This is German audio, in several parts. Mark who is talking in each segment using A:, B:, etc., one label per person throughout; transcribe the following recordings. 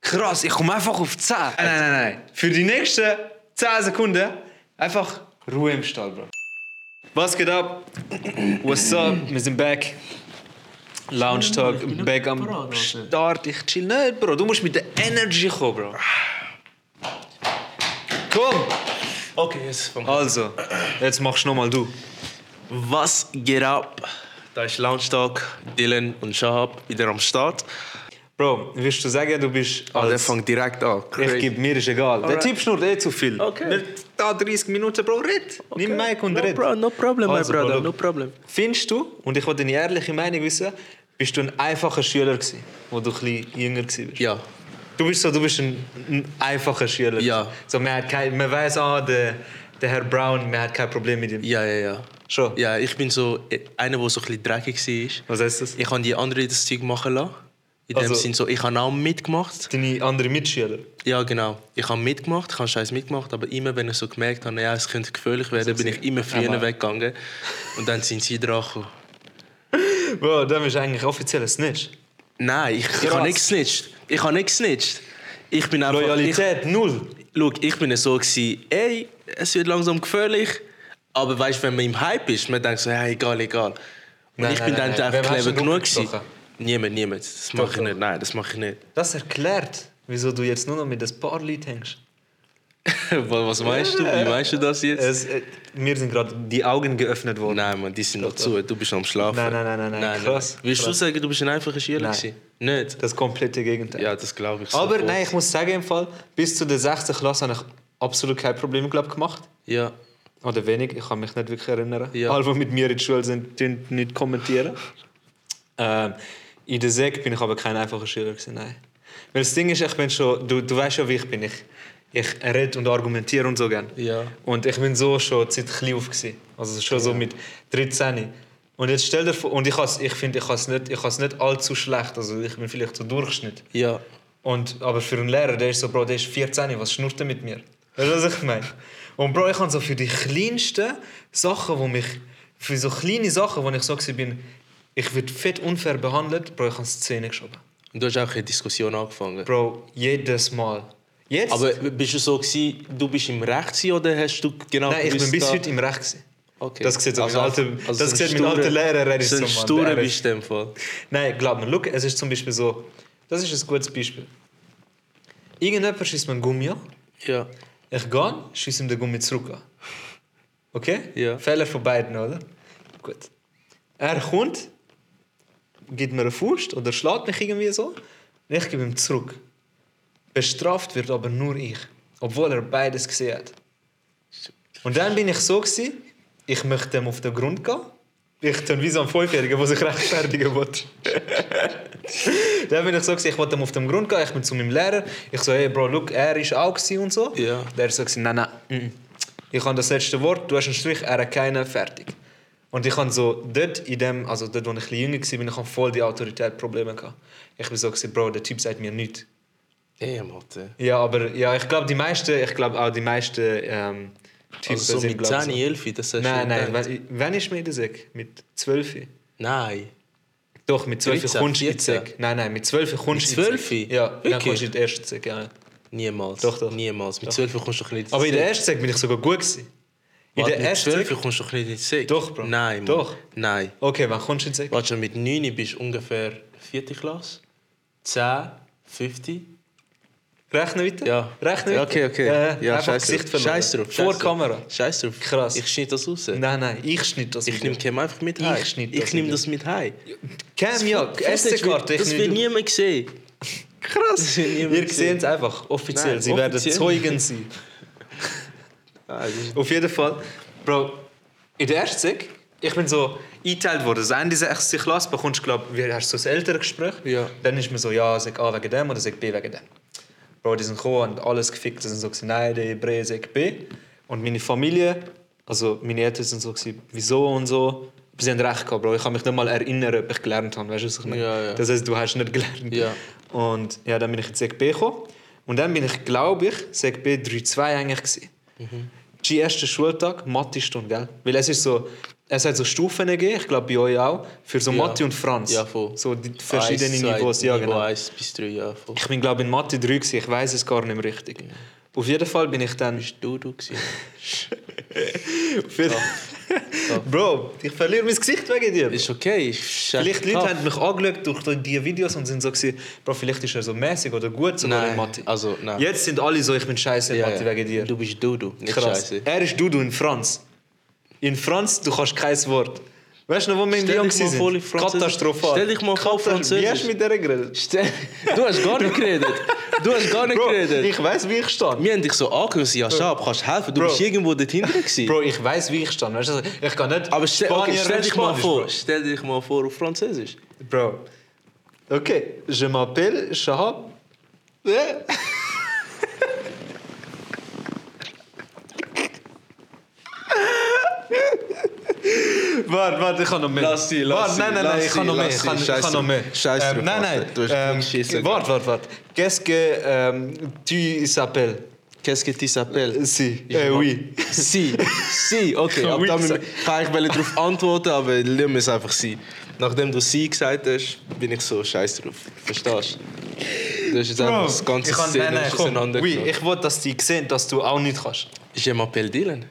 A: krass, ich komme einfach auf 10. Nein, nein, nein, nein. Für die nächsten 10 Sekunden einfach Ruhe im Stall, Bro. Was geht ab? What's up? Wir sind back. Lounge Talk,
B: Ich bin
A: back
B: nicht parat,
A: am
B: Alter.
A: Start. Ich chill nicht, Bro. Du musst mit der Energy kommen, Bro. Komm!
B: Okay, jetzt fang
A: Also, jetzt machst du nochmal du.
B: Was geht ab? Da ist Lounge Talk, Dylan und Shahab wieder am Start.
A: Bro, willst du sagen, du bist als...
B: Also, der fängt direkt an.
A: Ich geb mir ist egal. Der
B: Alright.
A: Typ schnurrt eh zu viel.
B: Okay.
A: Wir da 30 Minuten, Bro, red. Nimm Mic und
B: no
A: red.
B: pro- no problem, my brother,
A: Bro,
B: no problem.
A: Findest du, Also, und ich will deine ehrliche Meinung wissen, bist du ein einfacher Schüler gewesen, wo du ein bisschen jünger gewesen bist?
B: Ja,
A: Du bist so, du bist ein, ein einfacher Schüler.
B: Ja.
A: So, man, hat kein, man weiss, ah, der, der Herr Brown, man hat kein Problem mit ihm.
B: ja, ja, ja.
A: Schon?
B: Ja, ich bin so äh, einer, der so ein bisschen dreckig war.
A: Was heißt das?
B: Ich habe die anderen das Zeug machen lassen. In dem
A: Also-
B: Sinn so, ich habe auch mitgemacht.
A: Deine anderen Mitschüler.
B: Ja, genau. Ich habe mitgemacht, ich habe Scheiß mitgemacht, aber immer, wenn ich so gemerkt habe, ja, es könnte gefährlich werden, bin ich immer früher
A: Aber-
B: weggegangen. Und dann sind sie dran gekommen.
A: Bro, dem ist eigentlich offiziell ein Snitch.
B: Nein, ich, ich
A: Krass.
B: habe nicht gesnitcht. Ich habe nicht gesnitcht. Ich bin einfach...
A: Loyalität null.
B: Ich, schau, ich bin so, gewesen, ey, es wird langsam gefährlich. Aber weißt wenn man im Hype ist, man denkt so, hey, egal, egal. Und
A: Nein,
B: ich
A: nein,
B: bin
A: nein, nein.
B: dann
A: Wem
B: einfach
A: hast
B: clever
A: du den
B: genug
A: Rücken
B: gewesen.
A: gebrochen?
B: Niemand, niemand. Das mache ich
A: doch.
B: nicht. Nein, das mache ich nicht.
A: Das erklärt, wieso du jetzt nur noch mit ein paar Leuten hängst.
B: Was meinst du? Wie meinst du das jetzt?
A: Es, äh, mir sind gerade die Augen geöffnet worden.
B: Nein, Mann, die sind noch zu. Du bist am Schlafen.
A: Nein, nein, nein, nein, nein. Krass,
B: Willst
A: krass.
B: du sagen, du bist ein einfacher Schüler?
A: Nein.
B: gewesen? Nicht?
A: Das komplette Gegenteil.
B: Ja, das glaube ich.
A: Aber
B: sofort.
A: nein, ich muss sagen, im Fall, bis zu der 6. Klasse habe ich absolut kein Problem glaub, gemacht.
B: Ja.
A: Oder wenig, ich kann mich nicht wirklich erinnern.
B: Ja.
A: Alle, die mit mir in der Schule sind, tun nicht kommentieren. ähm, in der Sek bin ich aber kein einfacher Schüler. Gewesen, nein. Weil das Ding ist, ich bin schon, du, du weißt ja, wie ich bin. Ich, ich rede und argumentiere und so gerne.
B: Ja.
A: Und ich bin so schon seit klein auf. Gewesen. Also schon so mit 13. Und jetzt stell dir vor, und ich, has, ich finde, ich habe es nicht, ich has nicht allzu schlecht. Also ich bin vielleicht so Durchschnitt.
B: Ja.
A: Und, aber für einen Lehrer, der ist so, Bro, der ist 14, was schnurrt er mit mir? Weißt du, was ich meine? Und Bro, ich habe so für die kleinsten Sachen, wo mich, für so kleine Sachen, wo ich so gewesen bin, ich werde fett unfair behandelt, Bro, ich habe es Szene geschoben.
B: Und du hast auch eine Diskussion angefangen.
A: Bro, jedes Mal. Jetzt?
B: Aber bist du so gewesen, du bist im Recht gewesen, oder hast du genau
A: Nein, ich bin
B: gewusst,
A: bis
B: da-
A: heute im Recht. Gewesen.
B: Okay.
A: Das sieht so mein alter- das
B: ein
A: sieht mein alter
B: sturer-
A: Lehrer, er ist
B: so ein
A: so, Mann,
B: Sturer
A: der
B: bist du in dem Fall.
A: Nein, glaub mir, look, es ist zum Beispiel so, das ist ein gutes Beispiel. Irgendjemand schießt mir einen Gummi an.
B: Ja.
A: Ich gehe, schieße ihm den Gummi zurück an. Okay?
B: Ja.
A: Fehler von beiden, oder? Gut. Er kommt, gibt mir eine Faust oder schlägt mich irgendwie so. Und ich gebe ihm zurück. Bestraft wird aber nur ich, obwohl er beides gesehen hat. Und dann bin ich so, gewesen, ich möchte dem auf den Grund gehen. Ich tue wie so ein Fünfjähriger, der sich rechtfertigen will. dann bin ich so, gewesen, ich wollte dem auf den Grund gehen, ich bin zu meinem Lehrer. Ich so, hey Bro, look, er ist auch gewesen und so.
B: Ja.
A: Der so, gewesen, nein, nein, mhm. ich habe das letzte Wort, du hast einen Strich, er hat keinen, fertig. Und ich habe so dort, in dem, also dort, wo ich ein bisschen jünger war, bin ich habe voll die Autorität Probleme gehabt. Ich bin so, gewesen, Bro, der Typ sagt mir nichts.
B: Ey, Mathe.
A: Ja, aber ja, ich glaube, die meisten, ich glaube auch die meisten ähm, Typen
B: Also so mit
A: glaub ich,
B: 10, 11, das hast
A: Nein,
B: du
A: nein,
B: gedacht.
A: wann, wann ist mir in der Säck? Mit 12?
B: Nein.
A: Doch, mit 12
B: 13,
A: kommst du in die
B: 14.
A: Säck. Nein, nein, mit 12 kommst
B: Mit
A: du in die
B: 12?
A: Säck. Ja, dann
B: Wirklich?
A: kommst du in die erste Säck. Ja.
B: Niemals.
A: Doch, doch.
B: Niemals. Mit 12 kommst du doch nicht
A: Aber in der ersten Säck bin ich sogar gut. Gewesen. In
B: Warte,
A: der
B: mit
A: ersten
B: 12
A: Säck?
B: kommst du doch nicht in die Sek.
A: Doch, Bro.
B: Nein, Mann.
A: Doch.
B: Nein.
A: Okay, wann kommst du in die Säck?
B: Warte, schon, mit 9 bist du ungefähr 4. Klasse. 10, 50.
A: Rechnen weiter?
B: Ja.
A: Rechnen
B: Ja,
A: weiter?
B: Okay, okay.
A: Äh,
B: ja,
A: einfach
B: scheiß
A: Gesicht
B: drauf.
A: verloren.
B: Scheiß drauf.
A: Vor
B: scheiß drauf.
A: Kamera.
B: Scheiß drauf.
A: Krass.
B: Ich schneide das raus.
A: Nein, nein, ich schnitt das
B: Ich
A: Video.
B: nehme Cam einfach mit
A: Ich
B: heim.
A: schneid das
B: Ich nehme
A: Video.
B: das mit heim.
A: Cam, ja, SD-Karte. ich
B: Das
A: nehm
B: wird
A: du.
B: niemand sehen.
A: Krass.
B: wird niemand
A: Ihr
B: sehen.
A: seht es einfach, offiziell.
B: Nein,
A: Sie
B: offiziell.
A: werden Zeugen sein.
B: Ah,
A: Auf jeden Fall. Bro, in der ersten Sek, ich bin so eingeteilt worden. Das Ende dieser 6. Klasse bekommst du, glaube ich, hast du so ein Elterngespräch.
B: Ja.
A: Dann ist man so, ja, Sek A wegen dem oder Sek B wegen dem. Bro, die sind gekommen und alles gefickt. Die sind so, gewesen, nein, der Bre, Sek B. Und meine Familie, also meine Eltern sind so, gewesen, wieso und so. Aber Sie haben recht gehabt, Bro. Ich kann mich nicht mal erinnern, ob ich gelernt habe. Weißt du, was ich meine?
B: Ja, ja.
A: Das heißt, du hast nicht gelernt.
B: Ja.
A: Und ja, dann bin ich in Sek B gekommen. Und dann bin ich, glaube ich, Sek B 3-2 eigentlich gewesen. Die erste Schultag, Mathe-Stunde, gell? Weil es ist so, Es hat so Stufen gegeben, ich glaube bei euch auch, für so
B: Ja.
A: Mathe und Franz.
B: Ja, voll.
A: So die verschiedenen
B: Eins, zwei,
A: Niveaus, ja
B: Niveau
A: genau.
B: 1 bis 3, ja, voll.
A: Ich bin glaube in Mathe 3 gewesen, ich weiß es gar nicht mehr richtig. Auf jeden Fall bin ich dann...
B: Bist du du gewesen?
A: Auf jeden- Bro, ich verliere mein Gesicht wegen dir.
B: Ist okay. Ist Ah.
A: Vielleicht Leute haben mich angeschaut durch diese Videos und sind so gewesen, Bro, vielleicht ist er so mäßig oder gut sogar in
B: Nein,
A: Mathe.
B: also nein.
A: Jetzt sind alle so, ich bin scheiße in
B: Ja,
A: Mathe
B: ja.
A: wegen dir.
B: Du bist Dudu, nicht
A: Krass.
B: scheiße.
A: Er ist Dudu in Franz. In Franz, du kannst kein Wort. Weißt du noch, wo wir in Lyon
B: dich mal vor,
A: waren?
B: in Französisch.
A: Katastrophal.
B: Stell dich mal vor,
A: Katas- Wie hast
B: Französisch.
A: du mit der geredet?
B: Stell- Du hast gar nicht geredet. Du hast gar nicht
A: Bro,
B: geredet.
A: ich weiß, wie ich stand.
B: Wir haben dich so angeschaut, ja, Schab, kannst du helfen? Du
A: Bro.
B: bist irgendwo dort hinten gewesen.
A: Bro, ich weiß, wie ich stand. Weißt du, ich kann nicht.
B: Aber stell, okay,
A: Spanier
B: stell
A: und
B: dich mal
A: Spanisch,
B: vor, stell dich mal vor auf Französisch.
A: Bro. Bro. Okay, je m'appelle Shahab. Ja. Warte, warte, ich kann noch mehr.
B: Lass sie,
A: Warte,
B: lass
A: nein,
B: sie,
A: nein,
B: lass
A: nein, ich
B: sie,
A: kann noch mehr.
B: lass
A: Ich
B: sie.
A: kann, ich
B: Scheiß
A: kann noch
B: drauf.
A: mehr.
B: Scheiß drauf,
A: ähm, nein,
B: Alter.
A: nein.
B: Du hast
A: ähm,
B: geschissen.
A: Warte, warte, warte. Qu'est-ce que ähm, tu s'appelles?
B: Qu'est-ce que tu s'appelles?
A: Si.
B: Ich
A: Äh,
B: mag-
A: oui.
B: Si, si, okay.
A: Kann
B: Ab
A: oui
B: da
A: gesagt.
B: kann ich wollte darauf antworten, aber lass mir es einfach sein. Nachdem du sie gesagt hast, bin ich so scheiß drauf. Verstehst du? Du hast jetzt einfach
A: Oh.
B: das ganze
A: ich kann,
B: Szene
A: nein, nein, komm.
B: auseinander
A: Oui, ich will, dass die sehen, dass du auch nicht kannst.
B: Je m'appelle Dylan.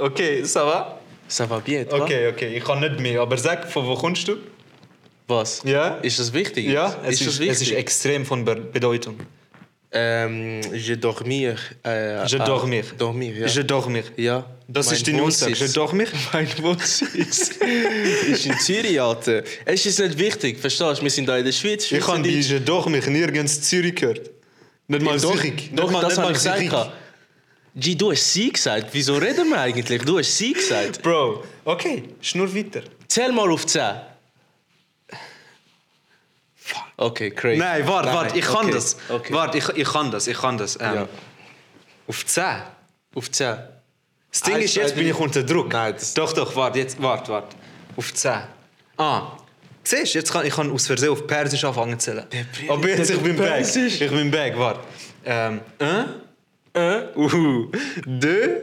A: Okay, ça va?
B: Ça va bien, toi?
A: Okay, okay, ich kann nicht mehr. Aber sag, von wo kommst du?
B: Was?
A: Ja.
B: Ist das wichtig?
A: Ja, es ist,
B: das
A: es ist extrem von Be- Bedeutung.
B: Ähm, je dormir. Äh,
A: Je
B: äh,
A: dormir.
B: Dormir, ja.
A: Je dors mich.
B: ja.
A: Das
B: Mein
A: ist deine Aussage. Je
B: Wohnsitz.
A: dors mich?
B: Mein Wohnsitz ist in Zürich, Alter. Es ist nicht wichtig, verstehst du? Wir sind da in der Schweiz.
A: Ich habe bei
B: Schweizerdeutsch.
A: Je dors mich nirgends Zürich gehört. Nicht mal
B: Doch,
A: Zürich. Nicht
B: doch
A: mal-
B: das
A: nicht mal
B: habe ich gesagt.
A: Zürich.
B: gehabt. G, du hast sie gesagt. Wieso reden wir eigentlich? Du hast sie gesagt.
A: Bro, okay, schnur weiter.
B: Zähl mal auf 10. Okay, crazy.
A: Nein, warte, warte, ich kann
B: okay,
A: das.
B: Okay.
A: Warte, ich, ich kann das, ich kann das. Ähm,
B: Ja.
A: Auf 10.
B: Auf 10.
A: Das Ding
B: Eins,
A: ist,
B: zwei,
A: jetzt bin
B: drei.
A: ich unter Druck.
B: Nein, das-
A: doch, doch, warte, jetzt, warte, warte. Auf 10. Ah. Siehst du, jetzt kann ich kann aus Versehen auf Persisch anfangen zu zählen.
B: Brilli-
A: Aber jetzt,
B: der
A: ich bin back.
B: Persisch.
A: Ich bin back, warte. Ähm, un,
B: Äh?
A: uhu, deux,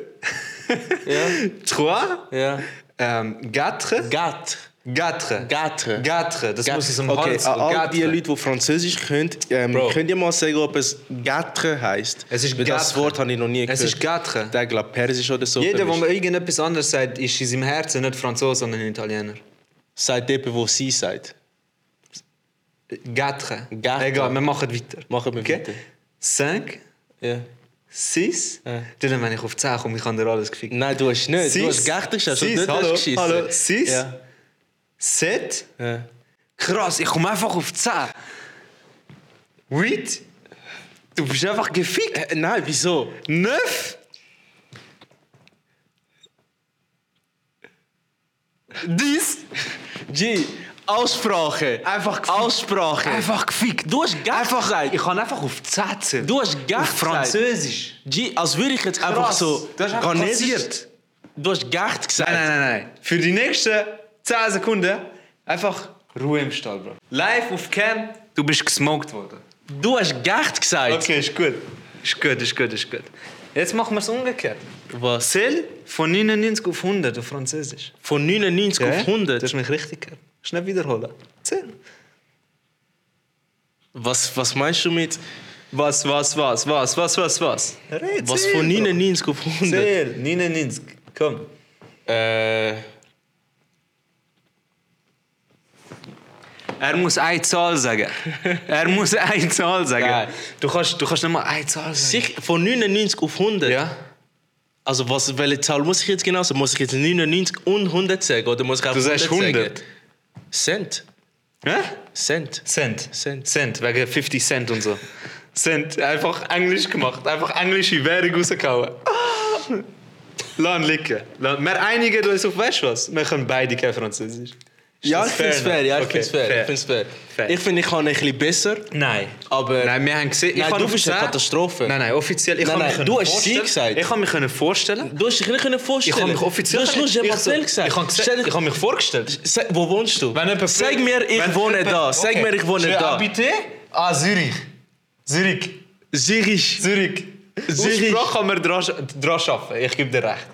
B: Ja.
A: trois,
B: Ja.
A: ähm, quatre,
B: Gat.
A: quatre,
B: Gatre.
A: quatre. Das
B: Gat-
A: muss ich so
B: okay,
A: Hals.
B: an all
A: Quatre.
B: die Leute, die Französisch können, ähm,
A: Bro.
B: könnt ihr mal sagen, ob es Gatre heisst?
A: Es ist
B: Weil Das
A: Gatre.
B: Wort habe ich noch nie gehört.
A: Es ist Gatre.
B: Der glaubt Persisch oder so.
A: Jeder, der
B: vermischt.
A: mir irgendetwas anderes sagt, ist in seinem Herzen nicht Franzose, sondern Italiener.
B: Sagt jemand, wo sie sagt.
A: Quatre.
B: Quatre.
A: Egal, wir machen weiter.
B: Machen wir
A: Okay?
B: weiter.
A: Cinq,
B: Ja.
A: six.
B: Ja.
A: Dann, wenn ich auf 10 komme, ich habe dir alles gefickt.
B: Nein, du hast nicht.
A: Sis.
B: Du hast Gatre geschossen.
A: Sis,
B: und dort
A: hallo,
B: hast du geschissen.
A: hallo, Sis.
B: Ja.
A: Sept.
B: ja.
A: Krass, ich komme einfach auf 10. Wait, du bist einfach gefickt.
B: Äh, nein, wieso?
A: Neuf. Dies.
B: G, Aussprache.
A: Einfach gefickt.
B: Aussprache.
A: Einfach gefickt.
B: Du hast Gatre gesagt.
A: Ich kann einfach auf 10 zählen.
B: Du hast Gatre
A: auf
B: gesagt.
A: Französisch.
B: G, als würde ich jetzt einfach
A: Krass,
B: so...
A: das ist einfach
B: Ghanesisch-
A: passiert.
B: Du hast Garte gesagt.
A: Nein, nein, nein, nein. Für die nächsten 10 Sekunden einfach Ruhe im Stall, Bro. Live auf Cam, du bist gesmoked worden.
B: Du hast Garte gesagt.
A: Okay, ist gut. Ist gut, ist gut, ist gut. Jetzt machen wir es umgekehrt.
B: Was?
A: Zähl von 99 auf 100 auf Französisch.
B: Von 99
A: Gell?
B: auf 100?
A: Du hast mich richtig gehört. Schnell wiederholen. Zähl.
B: Was, was meinst du mit
A: Was, was, was, was, was, was, was? Red,
B: was
A: zähl
B: von
A: doch.
B: 99 auf 100?
A: Zähl, 99. Komm.
B: Äh,
A: Er muss eine Zahl sagen. er muss eine Zahl sagen.
B: Nein.
A: Du kannst, du kannst nicht mal eine Zahl sagen.
B: sich, von 99 auf 100?
A: Ja?
B: Also was, welche Zahl muss ich jetzt genau sagen? Muss ich jetzt 99 und 100 sagen oder muss ich auch
A: Du sagst 100.
B: Cent.
A: Hä?
B: Cent.
A: Cent.
B: Cent.
A: Cent, wegen 50 Cent und so. Cent, einfach Englisch gemacht. Einfach englische Währung rausgehauen. Lass ihn liegen. Lass- Wir einigen uns auf, weißt du was? Wir können beide kein Französisch. Ist
B: Ja,
A: das
B: ich finde es
A: noch?
B: fair. Ja, ich
A: Okay,
B: find's fair. Ich find's fair.
A: Fair.
B: Ich finde, ich kann ein bisschen besser,
A: Nein.
B: aber...
A: Nein, wir haben gesehen.
B: Nein,
A: kann
B: du
A: auf
B: bist eine
A: 10
B: Katastrophe.
A: Nein, nein, offiziell. Ich
B: Nein,
A: kann
B: nein,
A: mich können
B: du hast sie
A: vorstellen-
B: gesagt.
A: Ich kann mich können vorstellen.
B: Du hast dich nicht können
A: Ich
B: vorstellen
A: habe mich offiziell.
B: Du hast nur
A: Ich-
B: Je
A: ich-
B: m'appelle gesagt.
A: Ich habe
B: Stell
A: gesagt-
B: dich-
A: ich habe mich vorgestellt.
B: Se- Wo wohnst du?
A: Wenn jemand
B: Sag
A: fragt-
B: mir, ich
A: wenn
B: wohne
A: jemand-
B: da. Sag
A: Okay.
B: mir, ich wohne
A: Je
B: da.
A: habite à Zürich. Zürich.
B: Ah, Zürich.
A: Zürich.
B: Zürich.
A: Aussprache kann man dran, dran arbeiten. Ich gebe dir recht.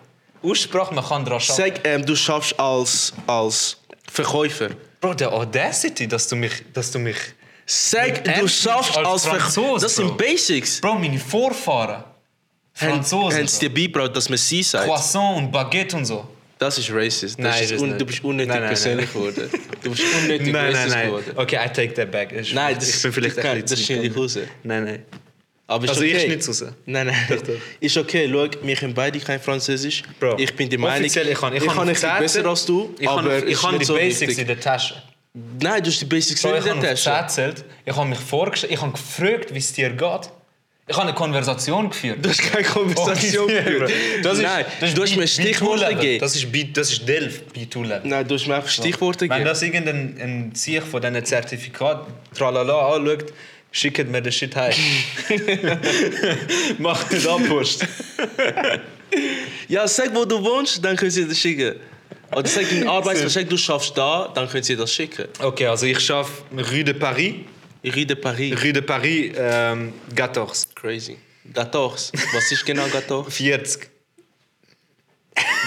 A: Aussprache, man kann daran arbeiten.
B: Sag, ähm, du schaffst als, als Verkäufer.
A: Bro, der Audacity, dass du mich... Dass du mich
B: Sag,
A: Mit
B: du
A: Ernst
B: schaffst
A: als
B: als Verkäufer.
A: Franzose,
B: Das sind
A: Bro.
B: Basics.
A: Bro, meine Vorfahren. Franzosen.
B: Haben sie dir beigebracht, dass man sie
A: Bro.
B: sagt?
A: Croissant und Baguette und so.
B: Das ist racist. Das
A: Nein,
B: ist
A: das
B: un
A: nicht.
B: du bist unnötig
A: Nein, nein,
B: persönlich geworden. Du bist unnötig racist geworden.
A: Okay, I take that back. Ich-
B: Nein, das,
A: ich bin vielleicht ein
B: das
A: bisschen
B: schneide
A: zu
B: ich raus.
A: Nein, nein.
B: Aber ist
A: Also
B: okay.
A: ich schneide raus.
B: Nein, nein.
A: Doch, doch.
B: Ist okay, schau, wir können beide kein Französisch.
A: Bro,
B: ich bin die Meinung,
A: offiziell, ich kann, ich
B: ich
A: kann
B: kann ein bisschen
A: Zehnter-
B: besser als du,
A: Ich
B: aber
A: aber kann, ich
B: ist
A: kann
B: nicht
A: die
B: so
A: Basics
B: wichtig.
A: in der Tasche.
B: Nein, du hast die Basics
A: Bro,
B: nicht
A: ich
B: in der
A: habe
B: Tasche.
A: erzählt, ich habe mich vorgestellt, ich habe gefragt, wie es dir geht. Ich habe eine Konversation geführt.
B: Du hast keine Konversation
A: Okay,
B: geführt.
A: Bro.
B: nein, du hast
A: B-
B: mir Stichworte
A: B2-Level.
B: gegeben.
A: Das ist, B, das ist DELF, B2-Level.
B: Nein, du hast mir einfach Stichworte
A: Wenn
B: gegeben.
A: das irgendein ein Sieg von diesen Zertifikaten tralala anschaut, schickt mir den Shit heim. Macht nicht Abpost.
B: Ja, sag, wo du wohnst, dann können sie das schicken. Oder sag deinen Arbeitsplatz, sag, du schaffst da, dann können sie das schicken.
A: Okay, also ich schaffe Rue de Paris.
B: Ich rede Paris.
A: Rue de Paris ähm, 14.
B: Crazy. Gators. Was ist genau Gator?
A: 40.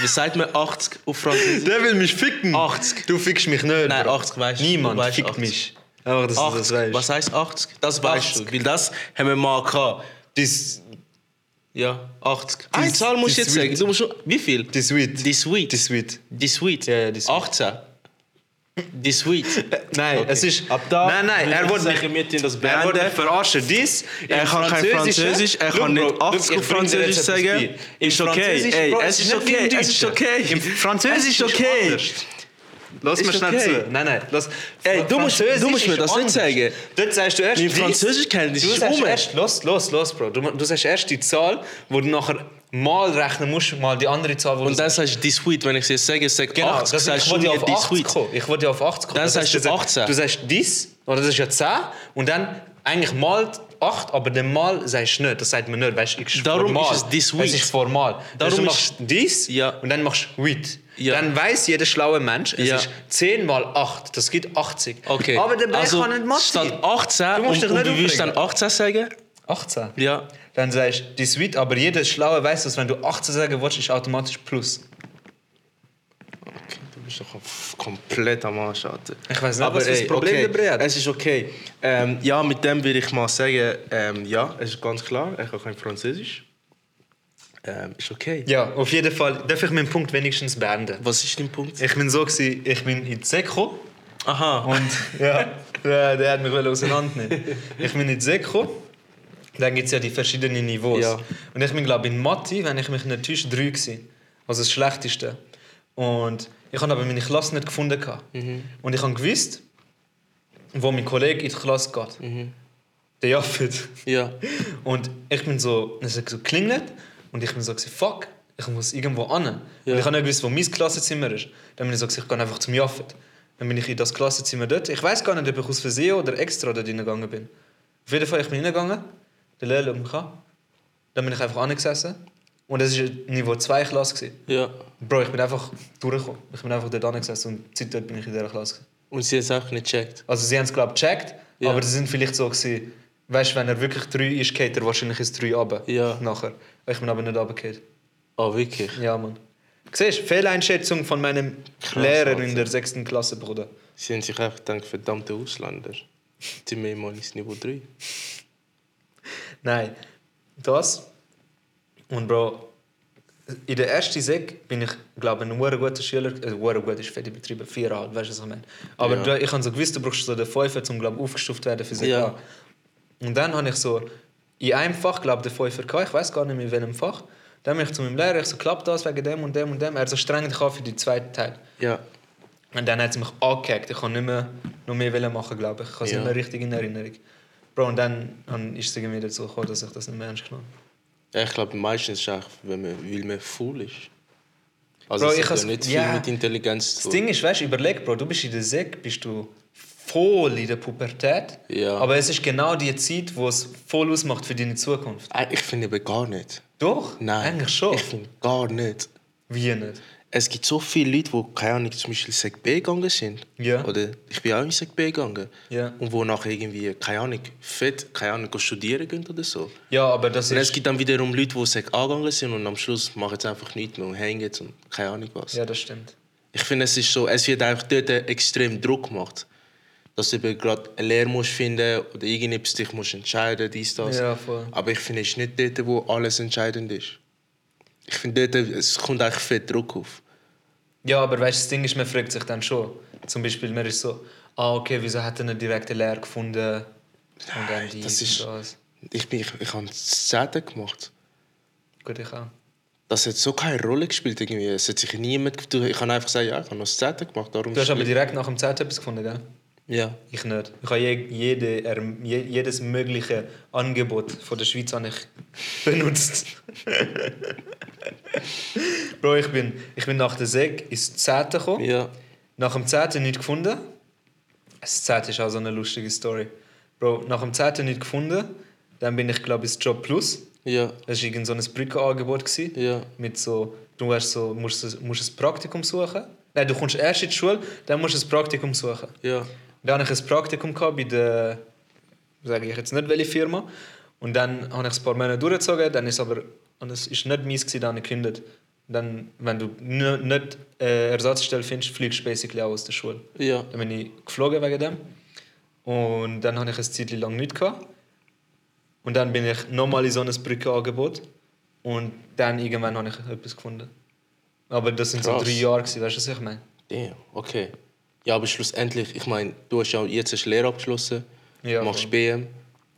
B: Wie sagt man 80 auf Französisch?
A: Der will mich ficken.
B: 80.
A: Du fickst mich nicht.
B: Nein,
A: Bro.
B: 80 weißt du.
A: Niemand
B: Du weißt
A: fickt
B: 80.
A: mich. Aber das ist das
B: 80.
A: weißt.
B: Was heißt 80? Das weißt
A: 80.
B: du. Weil das haben wir mal gehabt.
A: Dis,
B: Ja, 80. Eine Zahl musst
A: die
B: du jetzt
A: Sweet.
B: sagen. Du musst, schon- wie viel?
A: dis sweet.
B: Die Sweet.
A: Dis sweet.
B: Die Sweet.
A: Ja, ja, die Sweet.
B: 18. Die Sweet.
A: Nein,
B: Okay.
A: es ist.
B: Ab da.
A: nein, nein, er wird
B: sagen,
A: nicht.
B: wir tun das
A: Er
B: beenden.
A: wurde verarschen. Dies,
B: Er kann kein Französisch, er kann nicht 80 auf Französisch sagen. Ist okay, ey, es ist okay, es ist okay.
A: Im Französisch
B: Es ist okay.
A: Lass
B: Ist
A: mir schnell
B: okay.
A: zu. Nein, nein, lass.
B: Ey, du musst-
A: Französisch
B: du musst mir
A: ist
B: das nicht
A: anders.
B: sagen.
A: Dort sagst du erst
B: Mein
A: dies.
B: Französischkenntnis
A: Du
B: ist
A: sagst
B: um.
A: erst, los, los, los, Bro. Du, du sagst erst die Zahl, wo du nachher mal rechnen musst, mal die andere Zahl, wo du
B: Und dann sagst du die Sweet, wenn ich sie sage, ich sage
A: Genau,
B: 80,
A: das
B: sagst
A: ich
B: du
A: wollte ja
B: mir
A: auf
B: die
A: 80
B: Sweet.
A: kommen. Ich wollte ja auf 80 kommen.
B: Dann
A: Das
B: sagst
A: heißt,
B: du
A: sagst-
B: 18.
A: Du sagst dies, oder das ist ja 10, und dann eigentlich mal 8, aber dann mal sagst du nicht. Das sagt man nicht, weißt du, ist
B: Darum
A: formal.
B: ist es this week.
A: Es ist formal.
B: Darum
A: Darum Also du
B: ist-
A: machst dies
B: Ja.
A: und dann machst du wheat.
B: Ja.
A: Dann weiß jeder schlaue Mensch, es
B: Ja.
A: ist 10 mal 8, das gibt 80.
B: Okay.
A: Aber der Berg
B: also,
A: kann nicht Mathe.
B: Statt
A: sein.
B: 18,
A: Du musst
B: und,
A: dich
B: und
A: nicht
B: du willst dann
A: aufregen.
B: 18 sagen?
A: 18.
B: Ja.
A: Dann sagst du dies wheat, aber jeder Schlaue weiß, dass wenn du 18 sagen willst, ist automatisch plus.
B: Du bist doch auf- komplett am Arsch, Alter.
A: Ich weiß nicht, was für ein Problem der Brea hat.
B: Es ist okay. Ähm, ja, mit dem würde ich mal sagen, ähm, ja, es ist ganz klar, ich kann kein Französisch. Ähm, ist okay.
A: Ja, auf jeden Fall darf ich meinen Punkt wenigstens beenden.
B: Was ist dein Punkt?
A: Ich bin so, gewesen, ich bin in die Seko
B: Aha.
A: und ja, der, der hat mich wollte auseinandernehmen. Ich bin in die Seko, dann gibt es ja die verschiedenen Niveaus.
B: Ja.
A: Und ich bin, glaube ich, in Mathe, wenn ich mich nicht täusche, drei gewesen. Also das Schlechteste. Und ich habe aber meine Klasse nicht gefunden. Mhm. Und ich habe gewusst, wo mein Kollege in die Klasse geht. Der Jaffet.
B: ja.
A: Und ich bin so, es hat so geklingelt und ich bin so, gewesen, fuck, ich muss irgendwo an.
B: Ja.
A: Und ich habe nicht gewusst, wo mein Klassenzimmer ist. Dann bin ich so, gewesen, ich gehe einfach zum Jaffet. Dann bin ich in das Klassenzimmer dort. Ich weiß gar nicht, ob ich aus Versehen oder extra dort hingegangen bin. Auf jeden Fall, ich bin hingegangen, der Lehrer schaut mich an. Dann bin ich einfach angesessen. Und es war Niveau 2 Klasse. gewesen.
B: Ja.
A: Bro, ich bin einfach durchgekommen. Ich bin einfach dort angesessen und seitdem bin ich in dieser Klasse. gewesen.
B: Und sie hat es auch nicht gecheckt.
A: Also sie haben es, glaube ich, gecheckt,
B: Ja.
A: aber sie sind vielleicht so gewesen, weißt du, wenn er wirklich 3 ist, geht er wahrscheinlich ins 3 runter.
B: Ja.
A: Nachher. Ich bin aber nicht runtergefallen.
B: Oh, wirklich?
A: Ja, Mann. Siehst du, Fehleinschätzung von meinem Lehrer in der 6. Klasse, Bruder.
B: Sie haben sich einfach gedacht, verdammte Ausländer. Die mehr mal ins Niveau 3.
A: Nein. Das. Und Bro, in der ersten Sek bin ich, glaube ich, ein sehr guter Schüler. Äh, sehr gut ist fette betrieben, viereinhalb, weißt du, was ich meine. Aber
B: Ja.
A: da- ich habe so gewusst, du brauchst so den Fünfer, um, glaube ich, aufgestuft werden für Sek
B: Ja.
A: A. Und dann habe ich so in einem Fach, glaube ich, den Fünfer gehabt. Ich weiß gar nicht mehr, in welchem Fach. Dann bin ich zu meinem Lehrer, ich so, klappt das wegen dem und dem und dem. Er so streng dich an für den zweiten Teil.
B: Ja.
A: Und dann hat sie mich angehackt. Ich kann nicht mehr, noch mehr wollen machen, glaube ich. Ich habe es
B: Ja.
A: nicht mehr richtig in Erinnerung. Bro, und dann han- ist sie mir dazu gekommen, dass ich das nicht mehr ernst genommen habe.
B: ja ich glaube, meistens ist es auch, wenn man, weil man faul ist. Also,
A: Bro,
B: es
A: ich
B: hat ja
A: has-
B: nicht viel
A: ja.
B: mit Intelligenz zu
A: Das
B: tun.
A: Ding ist, weißt, du, überleg, Bro, du bist in der Sek, bist du voll in der Pubertät.
B: Ja.
A: Aber es ist genau die Zeit, wo es voll ausmacht für deine Zukunft.
B: Ah, Ich finde Äh, aber gar nicht.
A: Doch?
B: Nein.
A: Eigentlich schon.
B: Ich finde gar nicht.
A: Wie nicht?
B: es gibt so viele Leute, die, keine Ahnung, zum Beispiel in Sek B gegangen sind.
A: Ja.
B: Oder ich bin auch in Sek B gegangen.
A: Ja.
B: Und wo nachher irgendwie, keine Ahnung, fett, keine Ahnung, studieren gehen oder so.
A: Ja, aber das
B: Und
A: ist.
B: es gibt dann wiederum Leute, die Sek A gegangen sind und am Schluss machen sie einfach nichts mehr und hängen jetzt und keine Ahnung was.
A: Ja, das stimmt.
B: Ich finde, es ist so, es wird einfach dort extrem Druck gemacht. Dass du eben gerade eine Lehre musst finden oder irgendetwas dich musst entscheiden, dies, das.
A: Ja, voll.
B: Aber ich finde, es ist nicht dort, wo alles entscheidend ist. Ich finde, dort, es kommt eigentlich viel Druck auf.
A: Ja, aber weißt du, das Ding ist, man fragt sich dann schon. Zum Beispiel, man ist so, ah, okay, wieso hat er eine direkte Lehre gefunden? Und dann
B: Nein,
A: dies
B: das ist-
A: und das.
B: Ich, bin, ich, ich habe das Zehnte gemacht.
A: Gut, ich auch.
B: Das hat so keine Rolle gespielt. Irgendwie. Es hat sich niemand... Ich habe einfach gesagt, ja, ich habe noch das Zehnte gemacht. Darum
A: Du hast aber
B: spielt-
A: direkt nach dem Z etwas gefunden, gell?
B: Ja.
A: Ich nicht. Ich habe je, jede, erm- je, jedes mögliche Angebot von der Schweiz habe ich benutzt. Bro, ich bin, ich bin nach der Seg ins Zehnte gekommen.
B: Ja.
A: Nach dem 10. nicht gefunden. Das 10. ist auch so eine lustige Story. Bro, nach dem 10. nicht gefunden, dann bin ich, glaube ich, ins Job Plus.
B: Ja.
A: Das war irgend so ein Brückenangebot. gewesen.
B: Ja.
A: Mit so, du hast so, musst, ein- musst ein Praktikum suchen. Nein, du kommst erst in die Schule, dann musst du ein Praktikum suchen.
B: Ja.
A: Dann hatte ich ein Praktikum gehabt bei der, sage ich jetzt nicht welche Firma. Und dann habe ich es ein paar Monate durchgezogen, dann ist aber, und es ist nicht meins gewesen, dann habe ich gekündigt. Dann, wenn du n- nicht äh, Ersatzstelle findest, fliegst du basically auch aus der Schule.
B: Ja.
A: Dann bin ich geflogen wegen dem. Und dann hatte ich eine Zeit lang nichts. Gehabt. Und dann bin ich nochmal in so ein Brückenangebot. Und dann irgendwann habe ich etwas gefunden. Aber das sind
B: Krass.
A: so drei Jahre, gewesen, weißt du, was ich meine?
B: Damn, okay. Ja, aber schlussendlich, ich meine, du hast ja jetzt eine Lehre abgeschlossen,
A: Ja,
B: machst
A: voll.
B: BM.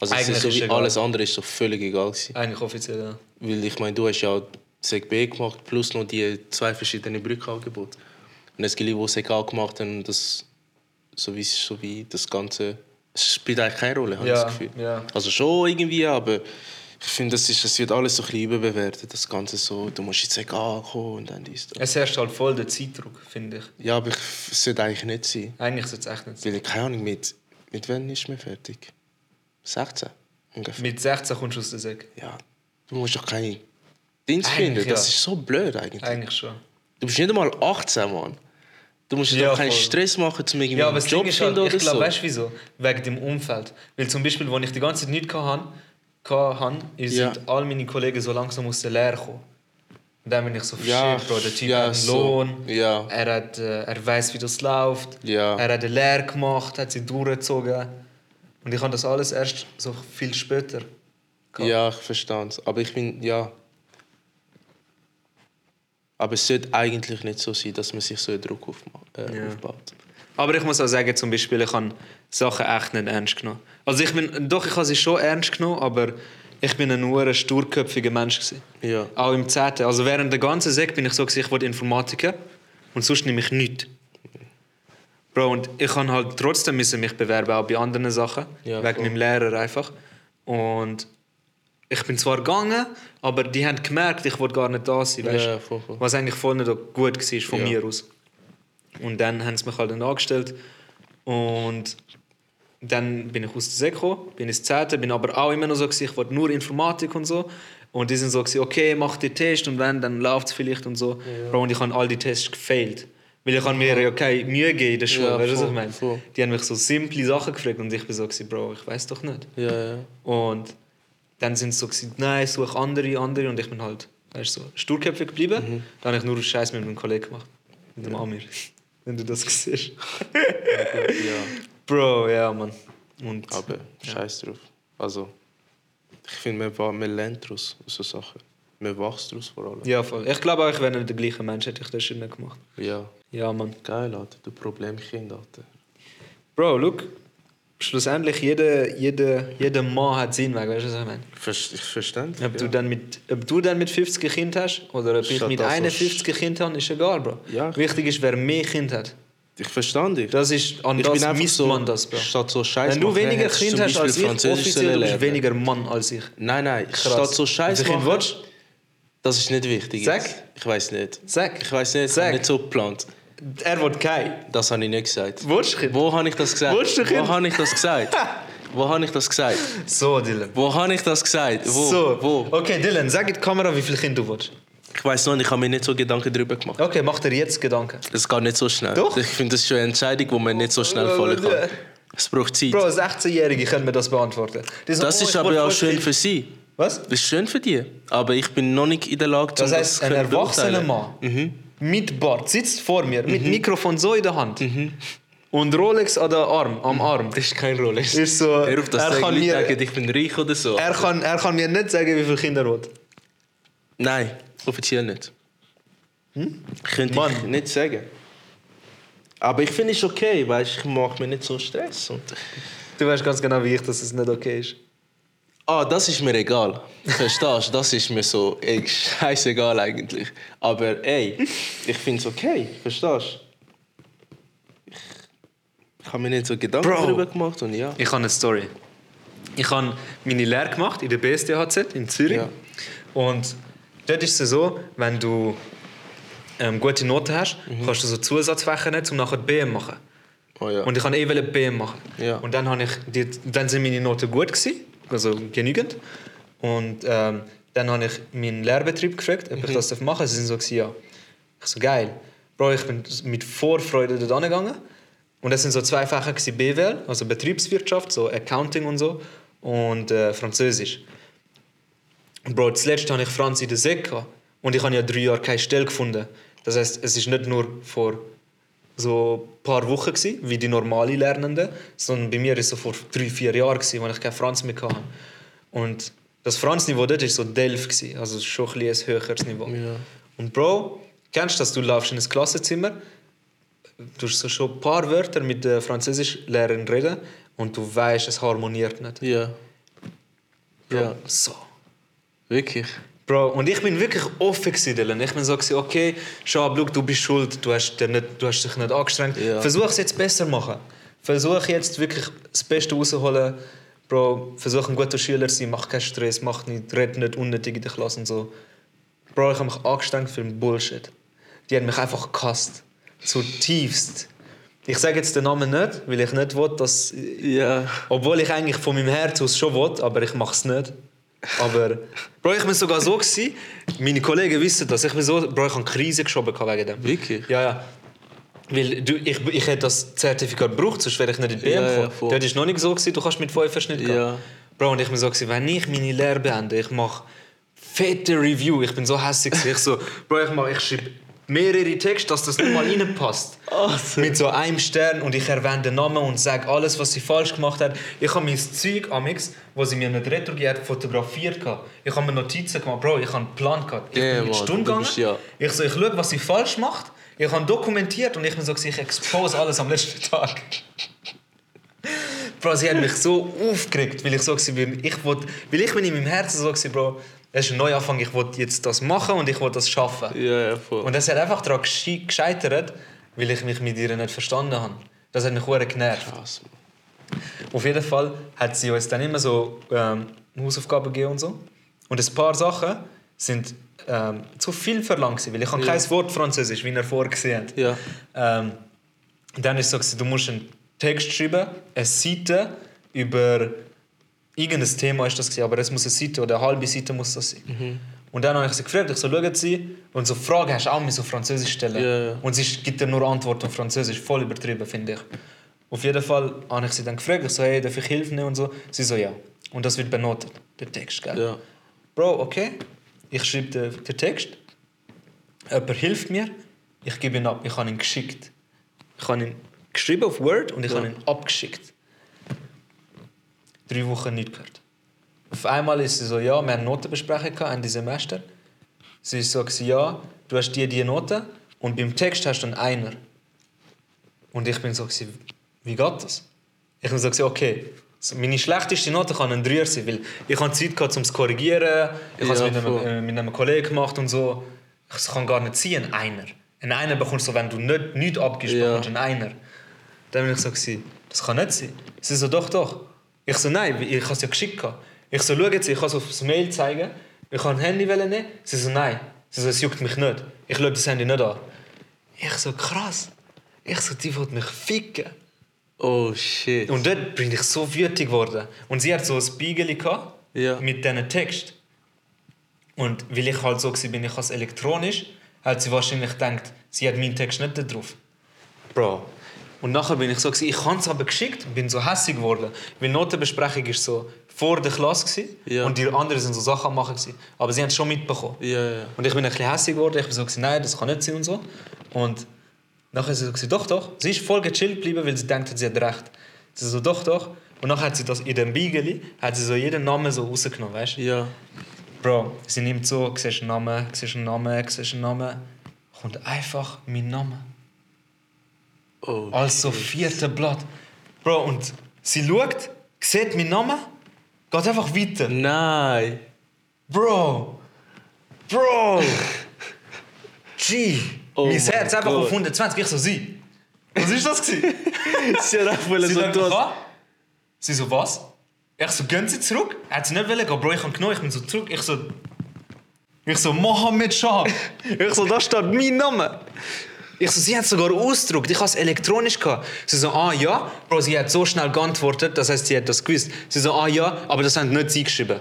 B: Also es
A: Eigentlich
B: ist so
A: ist
B: wie
A: egal.
B: alles andere ist so völlig egal gewesen.
A: Eigentlich offiziell, ja.
B: Weil ich meine, du hast ja Sek B gemacht, plus noch die zwei verschiedenen Brückenangebote. Und es gibt Leute, die Sek A gemacht haben, und das, so, wie, so wie das Ganze, es spielt eigentlich keine Rolle, habe ich
A: Ja,
B: das Gefühl.
A: ja.
B: Also schon irgendwie, aber ich finde, das ist- es wird alles so ein bisschen überbewertet, das Ganze so, du musst jetzt Sek A kommen und dann dies. das.
A: Es herrscht halt voll der Zeitdruck, finde ich.
B: Ja, aber ich, es sollte eigentlich nicht sein.
A: Eigentlich sollte es echt nicht sein.
B: Weil ich keine Ahnung, mit, mit wann ist man fertig? 16 ungefähr.
A: Mit 16 kommst du aus der Säge.
B: Ja, du musst doch keinen Dienst
A: Eigentlich,
B: finden. Das
A: ja.
B: ist so blöd eigentlich.
A: Eigentlich schon.
B: Du bist nicht einmal 18, Mann. Du musst dir
A: Ja,
B: doch keinen
A: voll.
B: Stress machen, um irgendwie
A: Ja, aber
B: einen
A: das
B: Job
A: Ding ist
B: finden
A: halt,
B: oder
A: ich glaube,
B: so.
A: weißt du wieso? Wegen dem Umfeld. Weil zum Beispiel, als ich die ganze Zeit nichts hatte, hatte sind
B: Ja.
A: all meine Kollegen so langsam aus der Lehre gekommen. Und dann bin ich so, shit,
B: Ja,
A: Bro, der Typ
B: ja,
A: hat einen
B: so.
A: Lohn,
B: Ja.
A: er, hat, äh, er weiß, wie das läuft,
B: Ja.
A: er hat eine Lehre gemacht, hat sie durchgezogen. Und ich habe das alles erst so viel später. gehabt.
B: Ja, ich verstehe es. Aber ich bin, ja. Aber es sollte eigentlich nicht so sein, dass man sich so einen Druck aufma äh,
A: Ja.
B: aufbaut.
A: Aber ich muss auch sagen, zum Beispiel, ich habe Sachen echt nicht ernst genommen. Also ich bin, doch, ich habe sie schon ernst genommen, aber ich bin ein nur sturköpfiger Mensch. Gewesen.
B: Ja.
A: Auch im 10. Also während der ganzen Sek bin ich so, gewesen, ich wollte Informatiker und sonst nehme ich nichts. Bro, und ich habe halt trotzdem müssen mich bewerben, auch bei anderen Sachen,
B: Ja,
A: wegen
B: voll.
A: meinem Lehrer einfach. Und ich bin zwar gegangen, aber die haben gemerkt, ich wollte gar nicht da sein, weißt
B: Ja, voll, voll.
A: Was eigentlich voll nicht gut war von
B: Ja.
A: mir aus. Und dann haben sie mich halt dann angestellt. Und dann bin ich aus der Sek gekommen, bin ins Zehnte, bin aber auch immer noch so, gewesen, ich wollte nur Informatik und so. Und die sind so, gewesen, okay, mach die Tests und wenn, dann läuft es vielleicht und so. Bro, und ich habe all die Tests gefailt. Weil ich habe mir ja keine Mühe gegeben in der Schule,
B: Ja,
A: weißt du, was
B: voll,
A: ich meine?
B: voll.
A: Die haben mich so simple Sachen gefragt und ich bin so, gewesen, Bro, ich weiß doch nicht.
B: Ja, ja.
A: Und dann sind sie so, gewesen, nein, such andere, andere. Und ich bin halt, weißt du, so sturköpfig geblieben.
B: Mhm.
A: Dann habe ich nur Scheiß mit meinem Kollegen gemacht. Mit dem Amir. Wenn du das siehst.
B: ja.
A: Bro, ja, Mann. Und
B: Aber scheiß drauf. Also, ich finde, man, wa- man lernt daraus, aus so Sachen. Man wächst daraus vor allem.
A: ja, voll. Ich glaube auch, ich wäre nicht der gleiche Mensch, hätte ich das schon nicht gemacht.
B: Ja.
A: Ja, Mann.
B: Geil, Alter. Du Problemkind, Alter.
A: Bro, look. Schlussendlich, jeder, jeder, jeder Mann hat seinen Weg, weißt du, was ich meine?
B: Vers- Ich verstehe.
A: Ob, du dann mit, ob du dann mit 50 Kind hast oder ob ich
B: Statt
A: mit
B: das, was-
A: 51 Kind habe, ist egal, Bro.
B: Ja.
A: Wichtig ist, wer mehr Kind hat.
B: Ich verstehe dich.
A: Das ist, an
B: ich
A: das misst man das, Bro.
B: Statt so Scheiß
A: Wenn du
B: machen,
A: weniger
B: hättest du
A: Kinder
B: zum
A: hast als
B: Beispiel
A: ich,
B: Französisch
A: offiziell
B: sollen
A: bist du
B: lernen.
A: weniger Mann als ich.
B: Nein, nein.
A: Krass.
B: Statt so Scheiß
A: Wie viel
B: machen.
A: Kind willst
B: Das ist nicht wichtig.
A: Sag.
B: jetzt. Ich weiß nicht.
A: Sag.
B: Ich weiß nicht. Ich
A: Sag.
B: habe nicht so geplant.
A: Er will kein.
B: Das habe ich nicht gesagt.
A: Willst du Kind?
B: Wo habe ich das gesagt?
A: Willst du Kind?
B: Wo habe ich das gesagt? Wo habe ich das gesagt?
A: So, Dylan.
B: Wo habe ich das gesagt? Wo?
A: so.
B: Wo?
A: Okay, Dylan, sag in die Kamera, wie viel Kind du willst.
B: Ich weiß noch, nicht, ich habe mir nicht so Gedanken darüber gemacht.
A: Okay, mach dir jetzt Gedanken.
B: Das geht nicht so schnell.
A: Doch.
B: Ich finde, das ist schon eine Entscheidung, die man nicht so schnell fallen kann. Es braucht Zeit.
A: Bro, 16-Jährige können mir das beantworten. Die so,
B: das
A: oh,
B: ist
A: ich will
B: aber auch
A: voll
B: schön
A: viel-
B: für sie.
A: Was?
B: Das ist schön für die. Aber ich bin noch nicht in der Lage,
A: Das
B: um
A: heißt,
B: zu
A: ein
B: können
A: erwachsener
B: beurteilen. Mhm.
A: Mann mit Bart sitzt vor mir, mit Mikrofon so in der Hand
B: Mhm.
A: und Rolex an der Arm, am Arm.
B: Das ist kein Rolex.
A: Ist so,
B: Hör auf, dass
A: er
B: er
A: kann
B: kann Leute
A: mir-
B: sagen, ich bin reich oder so.
A: Er kann, er kann mir nicht sagen, wie viele Kinder er hat.
B: Nein, offiziell nicht. Könnte ich
A: Hm? Mann.
B: nicht sagen. Aber ich finde es okay, weißt ich mache mir nicht so Stress. Und
A: Du weißt ganz genau, wie ich, dass es nicht okay ist.
B: ah, das ist mir egal. Verstehst du? Das ist mir so ey, scheißegal eigentlich. Aber ey, ich finde es okay. Verstehst du? Ich habe mir nicht so Gedanken
A: Bro.
B: darüber gemacht und ja.
A: Ich habe eine Story. Ich habe meine Lehre gemacht in der BSDHZ in Zürich.
B: Ja.
A: Und dort ist es so, wenn du ähm, gute Noten hast, kannst du so Zusatzfächer nehmen, um nachher BM machen.
B: Oh, ja.
A: Und ich wollte eh wollte BM machen.
B: Ja.
A: Und dann, habe ich die, dann sind meine Noten gut, gewesen, also genügend. Und ähm, dann habe ich meinen Lehrbetrieb gefragt, ob
B: Mhm.
A: ich das darf machen darf. Sie sind so, gewesen, ja. Ich so, geil. Bro, ich bin mit Vorfreude dort angegangen. Und das sind so zwei Fächer gewesen, BWL, also Betriebswirtschaft, so Accounting und so, und äh, Französisch. Und Bro, zuletzt hatte ich Franz in der Säcke gehabt. und ich habe ja drei Jahre keine Stelle gefunden. Das heißt, es ist nicht nur vor so ein paar Wochen gewesen, wie die normalen Lernenden, sondern bei mir ist es so vor drei, vier Jahren gewesen, als ich keinen Franz mehr hatte. Und das Franz-Niveau dort war so Delf, gewesen, also schon ein, bisschen ein höheres Niveau.
B: Ja.
A: Und Bro, kennst du das? Du läufst in ein Klassenzimmer, du hast so schon ein paar Wörter mit der Französischlehrerin reden und du weißt, es harmoniert nicht.
B: Ja.
A: Bro,
B: Ja,
A: So.
B: wirklich.
A: Bro, und ich bin wirklich offen gewesen, Dylan. Ich bin so gewesen, okay, schau, schau, du bist schuld, du hast, dir nicht, du hast dich nicht angestrengt.
B: Ja.
A: Versuch es jetzt besser machen. Versuch jetzt wirklich das Beste rausholen. Bro, versuch ein guter Schüler zu sein, mach keinen Stress, mach nicht, red nicht unnötig in der Klasse und so. Bro, ich habe mich angestrengt für den Bullshit. Die haben mich einfach gehasst. Zutiefst. Ich sage jetzt den Namen nicht, weil ich nicht will, dass
B: Ja.
A: obwohl ich eigentlich von meinem Herz aus schon will, aber ich mache es nicht. Aber, Bro, ich bin sogar so gewesen, meine Kollegen wissen das, ich bin so, Bro, ich habe Krise geschoben gehabt wegen dem.
B: Wirklich?
A: Ja, ja. Weil du, ich, ich hätte das Zertifikat gebraucht, sonst wäre ich nicht in die BM
B: Ja, ja,
A: gekommen.
B: voll.
A: Dort war es noch nicht so, gewesen, du kannst mit 5 Schnitt gehen.
B: Ja.
A: Bro, und ich bin so, gewesen, wenn ich meine Lehre beende, ich mache fette Review, ich bin so hässlich. gewesen. Ich so, Bro, ich, mach- ich schreibe mehrere Texte, dass das nicht mal reinpasst. Mit so einem Stern und ich erwähne den Namen und sage alles, was sie falsch gemacht hat. Ich habe mein Zeug am X, das sie mir nicht returgiert hat, fotografiert. gehabt. Ich habe mir Notizen gemacht. Bro, ich habe einen Plan gehabt. Ich
B: Ja,
A: bin mit
B: Mann,
A: Stunde
B: du
A: gegangen.
B: bist ja-
A: Ich, so, ich schaue, was sie falsch macht. Ich habe dokumentiert und ich bin so, gewesen, ich expose alles am letzten Tag. Bro, sie haben mich so aufgeregt, weil ich so war, ich wollte, weil ich bin in meinem Herzen so war, Bro, es ist ein Neuanfang, ich wollte jetzt das machen und ich wollte das schaffen.
B: Ja, ja, voll.
A: Und das hat einfach daran gesche- gescheitert, weil ich mich mit ihr nicht verstanden habe. Das hat mich sehr genervt.
B: Krass, Mann.
A: Auf jeden Fall hat sie uns dann immer so ähm, Hausaufgaben gegeben und so. Und ein paar Sachen sind ähm, zu viel verlangt, gewesen, weil ich habe
B: Ja.
A: kein Wort Französisch, wie ihr vorgesehen habt.
B: Ja.
A: Ähm, dann ist es so, gewesen, du musst einen Text schreiben, eine Seite über irgendein Thema ist das gewesen, aber es muss eine Seite oder eine halbe Seite muss das sein.
B: Mhm.
A: Und dann habe ich sie gefragt, ich so, schauen Sie, und so Fragen hast du auch mit so Französisch stellen.
B: Ja, ja.
A: Und sie gibt dir nur Antworten auf Französisch, voll übertrieben, finde ich. Auf jeden Fall habe ich sie dann gefragt, ich so, hey, darf ich Hilfe nehmen und so. Sie so, ja. Und das wird benotet, der Text, gell?
B: Ja.
A: Bro, okay, ich schreibe den, den Text. Jemand hilft mir, ich gebe ihn ab. Ich habe ihn geschickt. Ich habe ihn geschrieben auf Word und ich
B: Ja.
A: habe ihn abgeschickt. Drei Wochen nicht gehört. Auf einmal ist sie so, ja, wir haben Notenbesprechung gehabt, Ende Semester. Sie ist so, gewesen, ja, du hast die, die Noten und beim Text hast du einen Einer. Und ich bin so, gewesen, wie geht das? Ich bin so, gewesen, okay, so meine schlechteste Note kann ein Dreier sein, weil ich habe Zeit gehabt, um es zu korrigieren. Ich habe es
B: Ja,
A: mit, einem,
B: voll.
A: äh, mit einem Kollegen gemacht und so. Es kann gar nicht sein, ein Einer. Ein Einer bekommst du, wenn du nicht, nichts abgibst,
B: Ja.
A: bekommst du einen Einer. Dann bin ich so, gewesen, das kann nicht sein. Sie so, doch, doch. Ich so, nein, weil ich habe es ja geschickt. gehabt. Ich so, schau jetzt, ich kann es aufs Mail zeigen. Ich kann ein Handy nehmen. Sie so, nein. Sie so, es juckt mich nicht. Ich schaue das Handy nicht an. Ich so, krass. Ich so, die wollte mich ficken.
B: Oh shit.
A: Und dort bin ich so wütig geworden. Und sie hat so ein Spiegel gehabt
B: Ja.
A: mit diesen Text. Und weil ich halt so war, bin ich als elektronisch, hat sie wahrscheinlich gedacht, sie hat meinen Text nicht da drauf. Bro. Und nachher bin ich so, gewesen, ich habe es aber geschickt und bin so hässig geworden. Weil Notenbesprechung war so vor der Klasse gewesen,
B: Ja.
A: und die anderen sind so Sachen am machen. Gewesen. Aber sie haben es schon mitbekommen.
B: Ja, ja.
A: Und ich bin ein bisschen hässlich geworden. Ich bin so, gewesen, nein, das kann nicht sein und so. Und nachher ist sie so, gewesen, doch, doch. Sie ist voll gechillt geblieben, weil sie denkt, sie hat recht. Sie so, doch, doch. Und nachher hat sie das in dem Beigeli, hat sie so jeden Namen so rausgenommen, weißt du?
B: Ja.
A: Bro, sie nimmt so, siehst einen Namen, siehst einen Namen, siehst einen Namen. Kommt einfach mein Name.
B: Oh.
A: Also vierte Blatt. Bro, und sie schaut, sieht meinen Namen, geht einfach weiter.
B: Nein.
A: Bro! Bro! G!
B: Oh
A: mein
B: mein
A: Herz einfach
B: Gott.
A: auf 120, ich so sie. Was ist das? gewesen?
B: Sie hat einfach
A: sie
B: so
A: denkt,
B: tun.
A: was? Sie so, was? Ich so, gehen sie zurück? Hat sie nicht wollen, gehen, Bro, ich hab genommen, ich bin so zurück. Ich so, ich so, Mohammed Shah. ich so, da steht mein Name. Ich so, sie hat sogar ausgedruckt, ich habe es elektronisch gehabt. Sie so, ah ja, Bro, sie hat so schnell geantwortet, das heißt, sie hat das gewusst. Sie so, ah ja, aber das haben nicht sie geschrieben.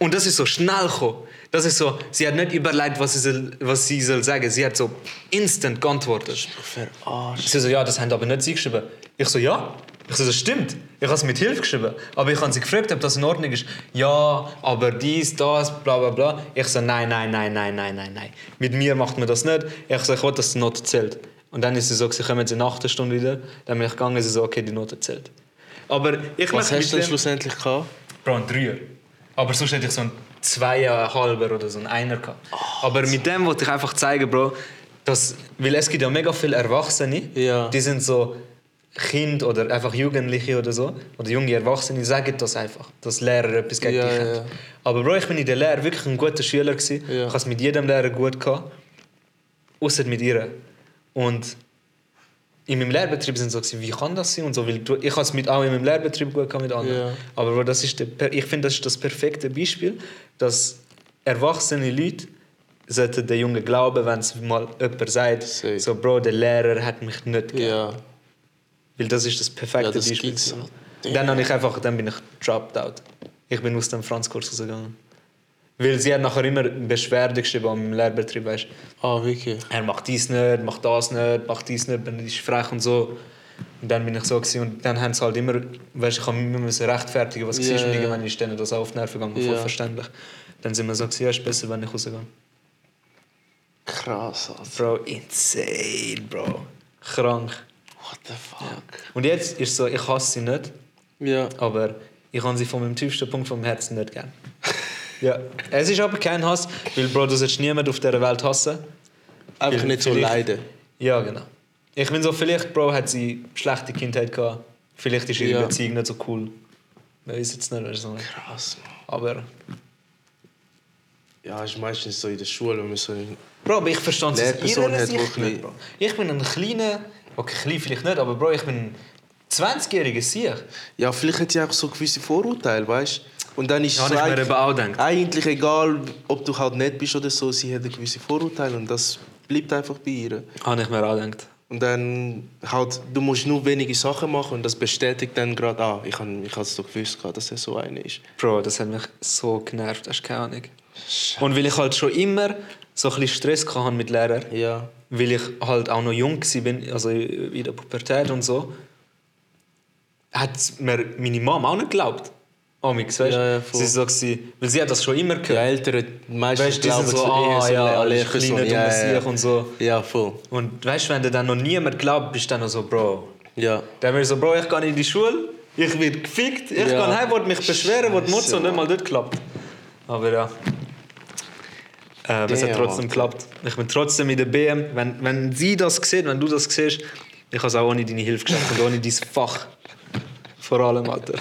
A: Und das ist so schnell gekommen. Das ist so, sie hat nicht überlegt, was sie, soll, was sie soll sagen. Sie hat so instant geantwortet.
B: Verarscht.
A: Sie so, ja, das haben aber nicht sie geschrieben. Ich so, ja. Ich so, das stimmt. Ich habe es mit Hilfe geschrieben. Aber ich habe sie gefragt, ob das in Ordnung ist. Ja, aber dies, das, bla bla bla. Ich so, nein, nein, nein, nein, nein, nein, nein. Mit mir macht man das nicht. Ich so, ich will, dass die Note zählt. Und dann ist sie so, sie kommen jetzt in der achten Stunde wieder. Dann bin ich gegangen, sie so, okay, die Note zählt. Aber ich mach
B: Was hast du
A: mit
B: denn
A: dem-
B: schlussendlich gehabt?
A: Bro, ein Dreier. Aber sonst hätte ich so einen Zweieinhalber oder so einen Einer gehabt. Oh, Aber mit dem wollte ich einfach zeigen, Bro, dass, weil es gibt ja mega viele Erwachsene,
B: Ja.
A: die sind so Kind oder einfach Jugendliche oder so, oder junge Erwachsene, sagen das einfach, dass Lehrer etwas gegen
B: Ja,
A: dich
B: ja,
A: haben.
B: ja.
A: Aber Bro, ich bin in der Lehre wirklich ein guter Schüler gewesen.
B: Ja.
A: Ich habe es mit jedem Lehrer gut gehabt, außer mit ihr. Und in meinem Lehrbetrieb sind so gewesen, wie kann das sein und so, weil du, ich habe es mit auch in meinem Lehrbetrieb gut gehabt mit anderen.
B: Ja.
A: Aber Bro, das ist der, per- ich finde, das ist das perfekte Beispiel, dass erwachsene Leute sollten den Jungen glauben, wenn es mal jemand sagt,
B: Safe.
A: so Bro, der Lehrer hat mich nicht gegeben.
B: Ja.
A: Weil das ist das perfekte
B: Ja, das
A: Beispiel.
B: gibt's.
A: gewesen. Dann, hab ich einfach, dann bin ich dropped out. Ich bin aus dem Franzkurs rausgegangen. Weil sie hat nachher immer Beschwerde geschrieben an meinem Lehrbetrieb, weißt du
B: Ah, wirklich?
A: er macht dies nicht, macht das nicht, macht dies nicht, bin ich frech und so. Und dann bin ich so gewesen, und dann haben sie halt immer, weißt du, ich habe mich immer müssen rechtfertigen, was
B: Ja,
A: yeah, war und
B: ja.
A: irgendwann ist denen das auch auf die Nerven gegangen,
B: Ja.
A: voll verständlich. Dann sind wir so gewesen, ja, ist besser, wenn ich rausgehe.
B: Krass, also, Alter.
A: Bro, insane, Bro. Krank.
B: What the fuck?
A: Und jetzt ist so, ich hasse sie nicht,
B: Ja.
A: aber ich habe sie von meinem tiefsten Punkt vom Herzen nicht gern. ja. Es ist aber kein Hass, weil, Bro, du sollst niemanden auf dieser Welt hassen.
B: Einfach nicht so
A: Vielleicht-
B: leiden.
A: Ja, genau. Ich bin so, vielleicht, Bro, hat sie schlechte Kindheit gehabt. Vielleicht ist ihre
B: Ja.
A: Beziehung nicht so cool. Man weiß jetzt nicht, weißt du. nicht.
B: Krass, Mann.
A: Aber,
B: Ja, ist meistens so in der Schule, wenn wir so...
A: Bro, aber ich verstehe es
B: Lehrperson hat
A: nicht,
B: wirklich-
A: Bro. Ich bin ein kleiner, okay, klein vielleicht nicht, aber Bro, ich bin ein 20-jähriger Sieg.
B: Ja, vielleicht hat sie auch so gewisse Vorurteile, weißt du? Und dann ist
A: Ja,
B: es
A: ich mir
B: eigentlich-
A: eben auch gedacht.
B: eigentlich egal, ob du halt nett bist oder so, sie hat gewisse Vorurteile und das bleibt einfach bei ihr.
A: Habe ich mir auch gedacht.
B: Und dann halt, du musst nur wenige Sachen machen und das bestätigt dann gerade, ah, ich habe ich es doch gewusst, gehabt, dass er so einer ist.
A: Bro, das hat mich so genervt, hast du keine Ahnung. Und weil ich halt schon immer so ein bisschen Stress hatte mit Lehrern,
B: Ja.
A: weil ich halt auch noch jung war, bin, also in der Pubertät und so, hat mir meine Mom auch nicht geglaubt. Amix, weißt du?
B: Ja, ja, voll.
A: sie war so, gewesen- weil sie hat das schon immer
B: Die
A: gehört.
B: Älteren, meistens
A: weißt du, die sind so, ah ja, alle kleine dumme Sieg und so.
B: Ja, voll.
A: Und weißt du, wenn dir dann noch niemand glaubt, bist du dann noch so, Bro.
B: Ja.
A: Dann bin ich so, Bro, ich gehe in die Schule, ich werde gefickt, ich
B: Ja.
A: kann heim, wollte mich beschweren, wollte
B: Scheiße,
A: Mutze und nicht mal dort klappt. Aber ja. Ähm, es hat
B: Damn,
A: trotzdem
B: Alter.
A: geklappt. Ich bin trotzdem in der BM. Wenn, wenn sie das sieht, wenn du das siehst, ich habe es auch ohne deine Hilfe geschafft und ohne dein Fach. Vor allem, Alter.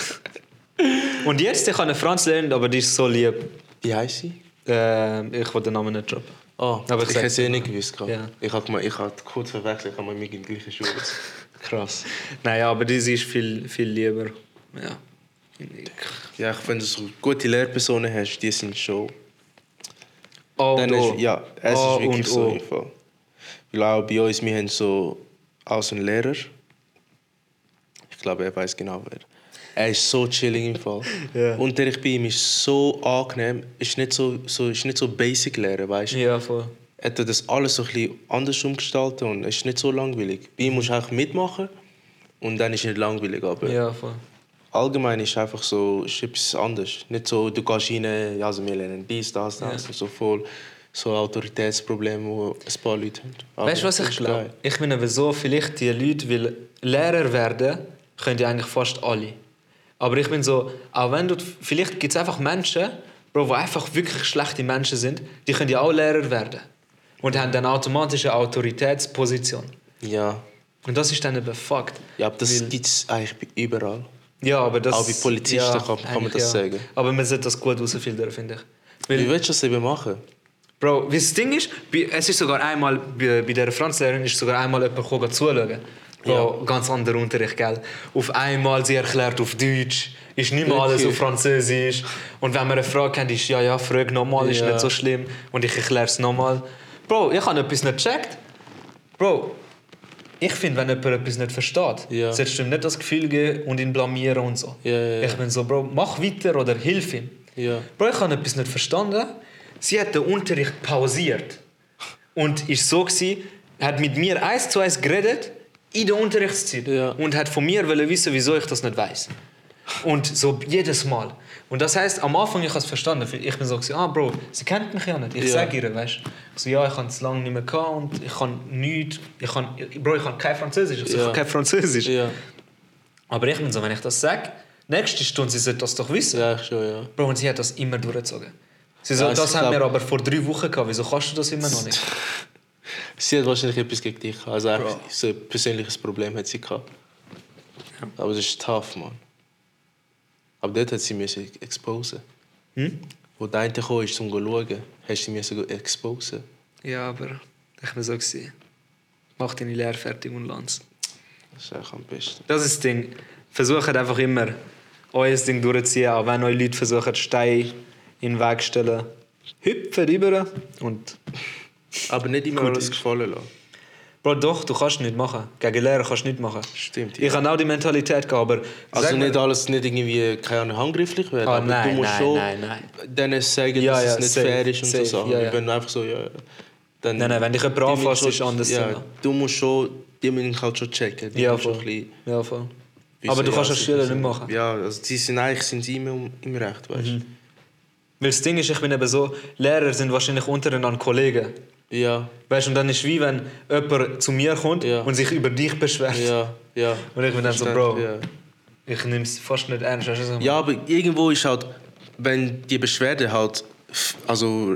A: Und jetzt, ich habe eine Franz lernen, aber die ist so lieb.
B: Wie heisst sie?
A: Ähm, ich will den Namen nicht droppen.
B: Ah,
A: Aber ich
B: ich
A: sag-
B: hätte es eh nicht gewusst. gehabt.
A: Ja.
B: Ich habe mal, ich hab kurz verwechselt, ich habe mal mit in die gleiche Schule. Krass.
A: Naja, aber die sie ist viel, viel lieber. Ja.
B: Ja, ich finde, so gute Lehrpersonen hast, die sind schon.
A: Oh,
B: Dann
A: oh.
B: ist, ja, es
A: Oh
B: ist
A: und
B: wirklich so
A: oh.
B: im Fall. Weil auch bei uns, wir haben so als ein Lehrer. Ich glaube, er weiß genau wer. Er ist so chillig im Fall.
A: Ja.
B: Unterricht bei ihm ist so angenehm. Ist nicht so, so, ist nicht so basic lernen, weißt du?
A: Ja, voll.
B: Er hat das alles so ein bisschen anders umgestaltet und es ist nicht so langweilig. Bei ihm musst du einfach mitmachen und dann ist es nicht langweilig. Aber
A: Ja, voll.
B: allgemein ist einfach so ist etwas anderes. Nicht so, du gehst rein, ja, also wir lernen dies, das, das, so voll. So Autoritätsprobleme, die ein paar Leute haben. Aber
A: weißt du, was
B: das
A: ich
B: ist
A: glaube?
B: geil.
A: Ich meine, wieso vielleicht die Leute, weil Lehrer werden, können ja eigentlich fast alle. Aber ich bin so, auch wenn du, vielleicht gibt es einfach Menschen, Bro, die einfach wirklich schlechte Menschen sind, die können ja auch Lehrer werden. Und haben dann automatisch eine Autoritätsposition.
B: Ja.
A: Und das ist dann eben fucked.
B: ja, aber das gibt es eigentlich überall.
A: Ja, aber das...
B: Auch bei Polizisten kann- kann man
A: eigentlich
B: das sagen.
A: Aber man sollte das gut herausfiltern, finde ich. Weil-
B: Wie willst du das eben machen?
A: Bro, wie das Ding ist, bei- es ist sogar einmal, bei, bei dieser Franzlehrerin ist sogar einmal jemand gekommen, zuschauen. Bro, ganz anderer Unterricht, gell? Auf einmal, sie erklärt auf Deutsch, ist nicht mal alles
B: Wirklich?
A: auf Französisch. Und wenn wir eine Frage haben, ist ja, ja, frag nochmal, ist
B: Ja.
A: nicht so schlimm. Und ich erkläre es nochmal. Bro, ich habe etwas nicht gecheckt. Bro, ich finde, wenn jemand etwas nicht versteht,
B: Ja.
A: solltest du ihm nicht das Gefühl geben und ihn blamieren und so.
B: Ja, ja, ja.
A: Ich bin so, Bro, mach weiter oder hilf ihm.
B: Ja.
A: Bro, ich habe etwas nicht verstanden. Sie hat den Unterricht pausiert. Und ist so gsi, hat mit mir eins zu eins geredet in der Unterrichtszeit.
B: Ja.
A: Und hat von mir wollen wissen, wieso ich das nicht weiß. Und so jedes Mal. Und das heißt, am Anfang ich habe es verstanden. Ich bin so gsi, ah Bro, sie kennt mich ja nicht. Ich
B: Ja.
A: sage ihr, weißt du. So ja, ich habe es lange nicht mehr gehabt und ich kann nichts. Ich kann, Bro, ich kann kein Französisch. Also, Ich
B: Ja.
A: kann kein Französisch.
B: Ja.
A: Aber ich bin so, wenn ich das sage, nächste Stunde, sie sollte das doch wissen.
B: Ja, ich schon, ja.
A: Bro, und sie hat das immer durchgezogen. Sie so,
B: Ja,
A: das
B: ich
A: haben wir
B: glaub-
A: aber vor drei Wochen gehabt. Wieso kannst du das immer noch nicht?
B: Sie hat wahrscheinlich etwas gegen dich. Also eigentlich so ein persönliches Problem hat sie gehabt. Aber das ist tough, Mann. Aber dort hat sie mich exposen.
A: Hm?
B: Wo der eine kam, ist zum schauen, hast du mich sogar exposen.
A: Ja, aber ich bin so gesehen. Mach deine Lehre fertig und lern's.
B: Das ist eigentlich am besten.
A: Das ist das Ding. Versucht einfach immer, euer Ding durchzuziehen, auch wenn euch Leute versuchen, Steine in den Weg zu stellen. Hüpfen rüber und...
B: Aber nicht immer
A: Gut
B: alles
A: ist.
B: gefallen lassen.
A: Bro, doch, du kannst nicht machen. Gegen Lehrer kannst du nicht machen.
B: Stimmt,
A: Ich habe auch die Mentalität, gehabt, aber...
B: Also
A: sag mir-
B: nicht alles, nicht irgendwie, keine Ahnung, handgreiflich werden.
A: Ah,
B: aber
A: nein,
B: du musst
A: nein,
B: schon
A: nein, nein.
B: denen sagen,
A: Ja,
B: dass
A: ja,
B: es nicht
A: safe,
B: fair ist und
A: safe,
B: so Sachen.
A: ja, ja.
B: Wenn du einfach so, nou ja, ja, dann...
A: Nein, nein, wenn dich jemand
B: Die müssen
A: anfasst,
B: schon-
A: ist dus anders, ja.
B: Ja, du musst schon, die müssen halt schon checken. Die
A: Ja, Ah,
B: müssen schon
A: voll.
B: ein bisschen
A: Ja, voll.
B: wissen,
A: Aber du
B: ja,
A: kannst das
B: sie
A: Schüler nicht
B: sind-
A: machen.
B: Ja, also die sind eigentlich sind sie immer im- im Recht, weißt du.
A: Mhm. Weil das Ding ist, ich bin eben so, Lehrer sind wahrscheinlich untereinander Kollegen.
B: Ja,
A: Weißt du, und dann ist es wie wenn jemand zu mir kommt
B: Ja.
A: und sich über dich beschwert.
B: ja, ja.
A: Und ich bin dann so, Bro,
B: Ja.
A: ich nehme es fast nicht ernst. Weißt du, was ich meine?
B: Ja, aber irgendwo ist halt, wenn die Beschwerde halt, f- also